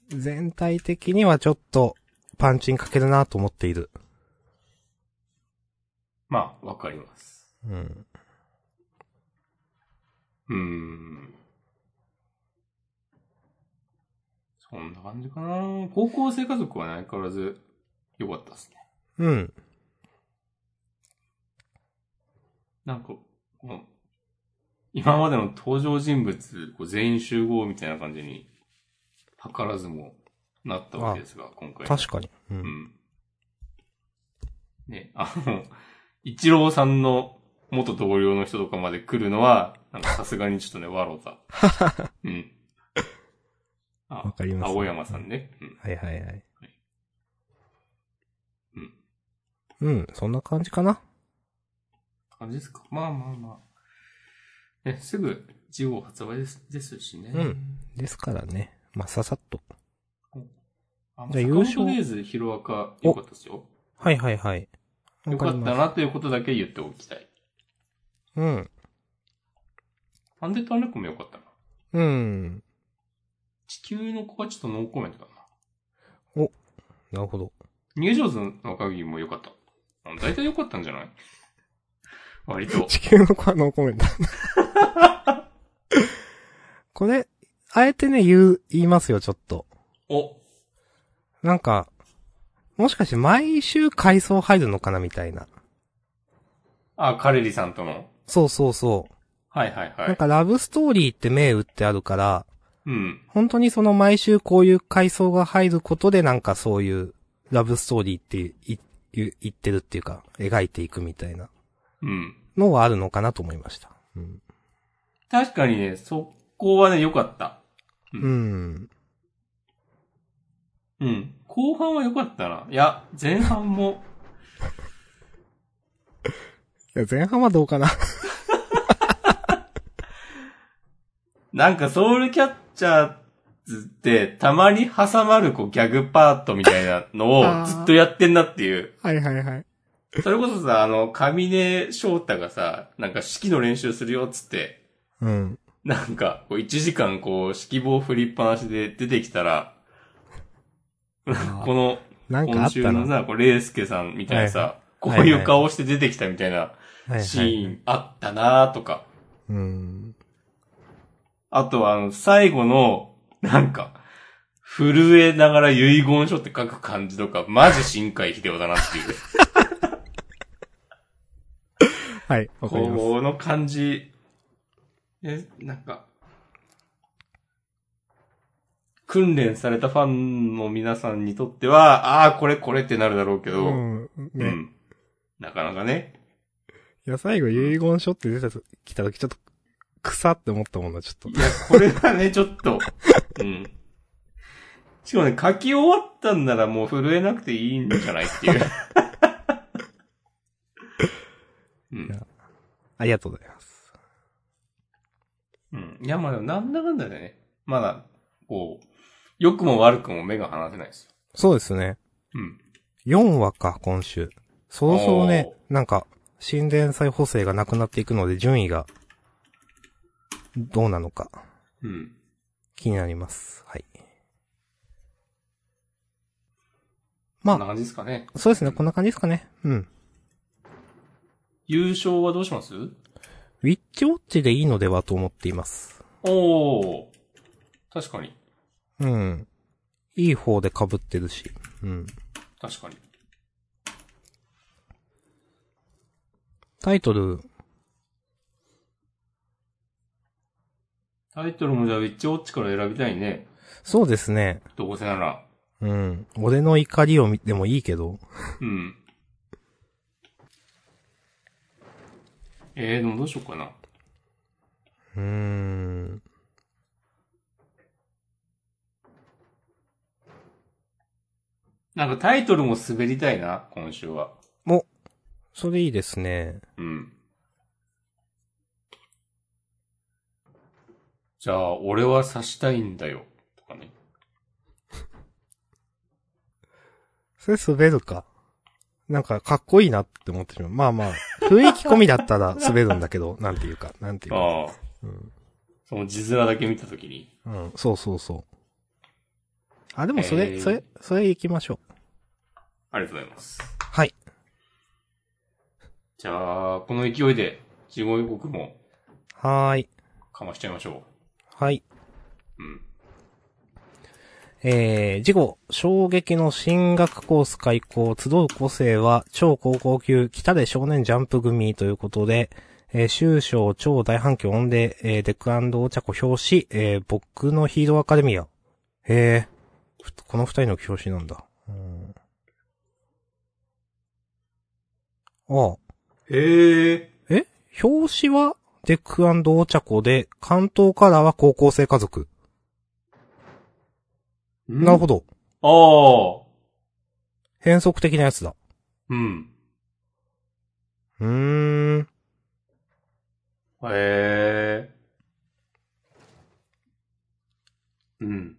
S2: 全体的にはちょっとパンチに欠けるなと思っている。
S1: まあ、わかります。
S2: うん。
S1: うーん。そんな感じかな高校生家族はね相変わらず良かったですね。
S2: うん。
S1: なんか、この、今までの登場人物、こう全員集合みたいな感じに、図らずもなったわけですが、今回。
S2: 確かに。う。
S1: うんん。ね、あの、 一郎さんの元同僚の人とかまで来るのは、なんかさすがにちょっとね、笑 うた。うん。あ
S2: わかります
S1: 青山さんね。うん。
S2: はいはいはい。
S1: うん。
S2: うん、そんな感じかな。
S1: 感じですか。まあまあまあ。ね、すぐ、1号発売です、ですしね。
S2: うん。ですからね。まあ、ささっと。
S1: あ、まあ、
S2: じゃあ
S1: 優
S2: 優勝
S1: 勝。デイズ、ヒロアカ、良かったですよ。
S2: はいはいはい。
S1: 良かったなということだけ言っておきたい。
S2: うん。
S1: アンデッドアンラックも良かったな。
S2: うん。
S1: 地球の子はちょっとノーコメントだな。
S2: なるほど。
S1: 入場図の鍵も良かった。あ大体良かったんじゃ ない割と。
S2: 地球の子はノーコメント。 これ、あえてね、言う、言いますよ、ちょっと。
S1: お、
S2: なんか、もしかして毎週回想入るのかな、みたいな。
S1: あ、カレリさんとの。
S2: そうそうそう。
S1: はいはいは
S2: なん
S1: い。
S2: かラブストーリーって銘打ってあるから、
S1: うん。
S2: 本当にその毎週こういう回想が入ることでなんかそういうラブストーリーっていい言ってるっていうか、描いていくみたいな
S1: うん。
S2: のはあるのかなと思いました。うん。
S1: 確かにね、そこはね、良かった。
S2: うん。
S1: うん。後半は良かったな。いや、前半も。
S2: いや、前半はどうかな。
S1: なんかソウルキャッチャーズって、たまに挟まるこうギャグパートみたいなの をずっとやってんなっていう。
S2: はいはいはい。
S1: それこそさ、あの、上根翔太がさ、なんか指揮の練習するよっつって、
S2: うん。
S1: なんか、こう1時間こう、指揮棒振りっぱなしで出てきたら、この、
S2: なんかあ
S1: 今
S2: った
S1: 週
S2: な。
S1: のさ、こう、レイスケさんみたいなさ、こ
S2: はいう
S1: いう顔して出てきたみたいな
S2: はいはい
S1: シーンあったなとか。
S2: うん。
S1: あとは、あの、最後の、なんか、震えながら遺言書って書く感じとか、マジ新海秀夫だなっていう。
S2: はい、わかります。
S1: この感じ。え、なんか、訓練されたファンの皆さんにとっては、ああー、これこれってなるだろうけど、うん。
S2: ん。ね。
S1: なかなかね。
S2: いや、最後、遺言書って出てきたとき、ちょっと、草って思ったもんな、ちょっと
S1: い。や、これはね、ち ょっと、うん。しかもね、書き終わったんならもう震えなくていいんじゃないって いう。うん。
S2: ありがとうございます。
S1: うん。いや、まあでも、なんだかんだでね、まだ、こう、良くも悪くも目が離せないですよ。
S2: そうですね。
S1: うん。
S2: 4話か、今週。そろそろね、なんか、新連載補正がなくなっていくので、順位が、どうなのか、
S1: うん。
S2: 気になります。はい。
S1: こ
S2: ま
S1: んな
S2: あ、
S1: 感じですかね。
S2: そうですね、こんな感じですかね。うん。
S1: 優勝はどうします
S2: ウィッチウォッチでいいのではと思っています。
S1: おー。確かに。
S2: うん。いい方で被ってるし。うん。
S1: 確かに。
S2: タイトル、
S1: タイトルもじゃあ、ウィッチウォッチから選びたいね。
S2: そうですね。
S1: どうせなら。
S2: うん。俺の怒りを見てもいいけど。
S1: うん。えー、でもどうしようかな。
S2: うーん。
S1: なんかタイトルも滑りたいな、今週は。
S2: それいいですね。
S1: うん。じゃあ、俺は刺したいんだよ。とかね。
S2: それ滑るか。なんか、かっこいいなって思ってしまう。まあまあ、雰囲気込みだったら滑るんだけ ど、なんていうか、なんていうか。
S1: ああ。
S2: うん。
S1: その字面だけ見たときに。
S2: うん、そうそうそう。あ、でもそれ、
S1: えー
S2: それ、それ行きましょう。
S1: ありがとうございます。
S2: はい。
S1: じゃあ、この勢いで、地獄予告も
S2: はーい。
S1: かましちゃいましょ
S2: はい。
S1: う。うん。
S2: えー、事後、衝撃の進学コース開校、集う個性は超高校級、北で少年ジャンプ組ということで、えー、終章超大反響音で、えー、デクお茶子表紙、えー、僕のヒーローアカデミア。へーふこの二人の表紙なんだ。うん。ああ、
S1: へえ。
S2: 表紙はデクお茶子で、関東カラーは高校生家族。なるほど。
S1: ど。
S2: 変則的なやつだ。
S1: ああ。うん。
S2: うーん。
S1: へえ。うん。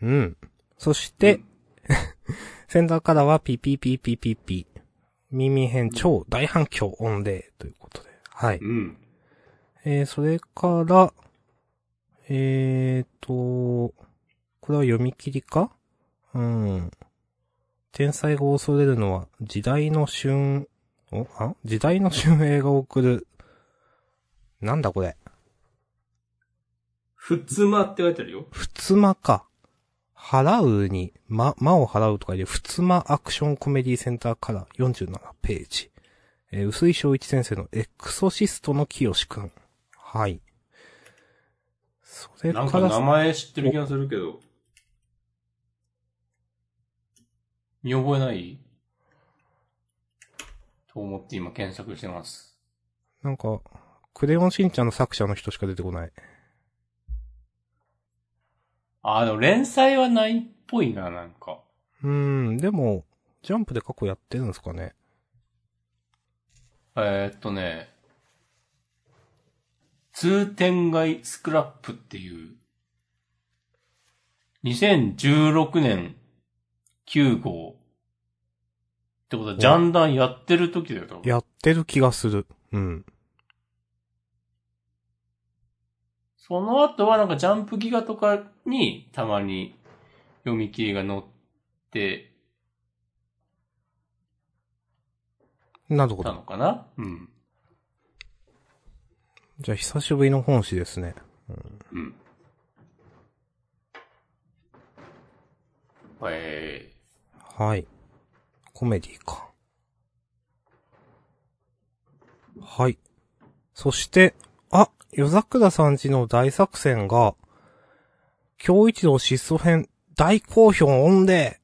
S2: うん。そして、
S1: うん
S2: 先導からはピピピピピピ。耳編超大反響御礼ということで。はい。
S1: うん。
S2: えー、それから、えーと、これは読み切りかうん。天才が恐れるのは時代の旬、おあ時代の旬映が送る。なんだこれ。
S1: ふつまって書いてあるよ。
S2: ふつまか。払うに、ま、まを払うとかいうふつまアクションコメディセンターから47ページ。えー、薄井正一先生のエクソシストの清くん。はい。それ
S1: なん
S2: か、
S1: から名前知ってる気がするけど。見覚えないと思って今検索してます。
S2: なんか、クレヨンしんちゃんの作者の人しか出てこない。
S1: あー、でも連載はないっぽいな、なんか。
S2: うーん、でも、ジャンプで過去やってるんですかね。
S1: えーっとね、通天街スクラップっていう、2016年9号。ってことは、ジャンダンやってる時だよ、多分。
S2: やってる気がする。うん。
S1: その後はなんかジャンプギガとかにたまに読み切りが載って
S2: なるほ
S1: た
S2: ど。
S1: のかなうん。
S2: じゃあ、久しぶりの本誌ですね。
S1: うん。え
S2: はい。コメディか。はい。そして、あ、夜桜さんちの大作戦が、京一郎失踪編大好評御礼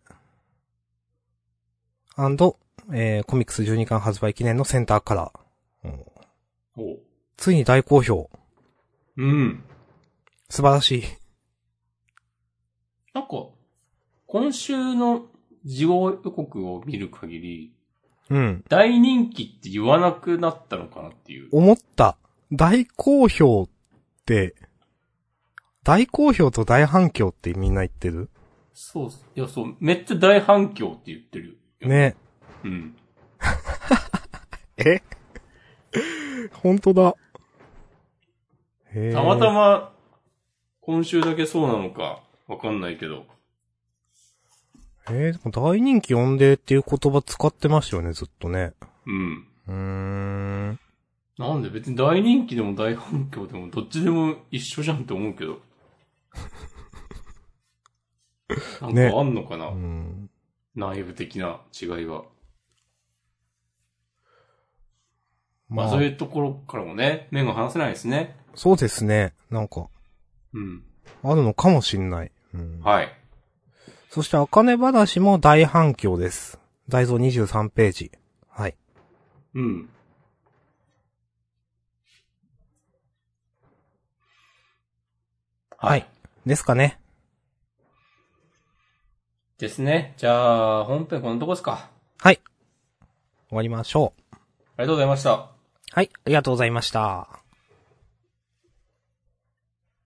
S2: アンド、えー、コミックス12巻発売記念のセンターカラー。うん
S1: ー、お
S2: ついに大好評。
S1: うん。
S2: 素晴らしい。
S1: なんか、今週の事後予告を見る限り、
S2: うん。
S1: 大人気って言わなくなったのかなっていう。
S2: 思った。大好評って、大好評と大反響ってみんな言ってる
S1: そうっす、いや、そう、めっちゃ大反響って言ってるよ。。
S2: ね。
S1: うん。
S2: え本当だ。へー
S1: たまた。ま、今週だけそうなのか、わかんないけど。
S2: えー、でも大人気音霊っていう言葉使ってましたよね、ずっとね。
S1: うん。
S2: うーん。
S1: なんで別に大人気でも大反響でもどっちでも一緒じゃんって思うけ ど。なん
S2: ね
S1: かあんのかな、
S2: うん。
S1: 内部的な違いは。ま
S2: ま
S1: あ、
S2: あ
S1: そう、いうところからもね、目が離せないですね。
S2: そうですね。なんか、
S1: うん。
S2: あるのかもしんない。うん。
S1: はい。
S2: そして、あかね話も大反響です。大蔵23ページ。はい。
S1: うん。
S2: はい。ですかね。
S1: ですね。じゃあ、本編このとこですか。
S2: はい。終わりましょ
S1: あ
S2: う。
S1: りがとうございました。
S2: はい。ありがとうございました。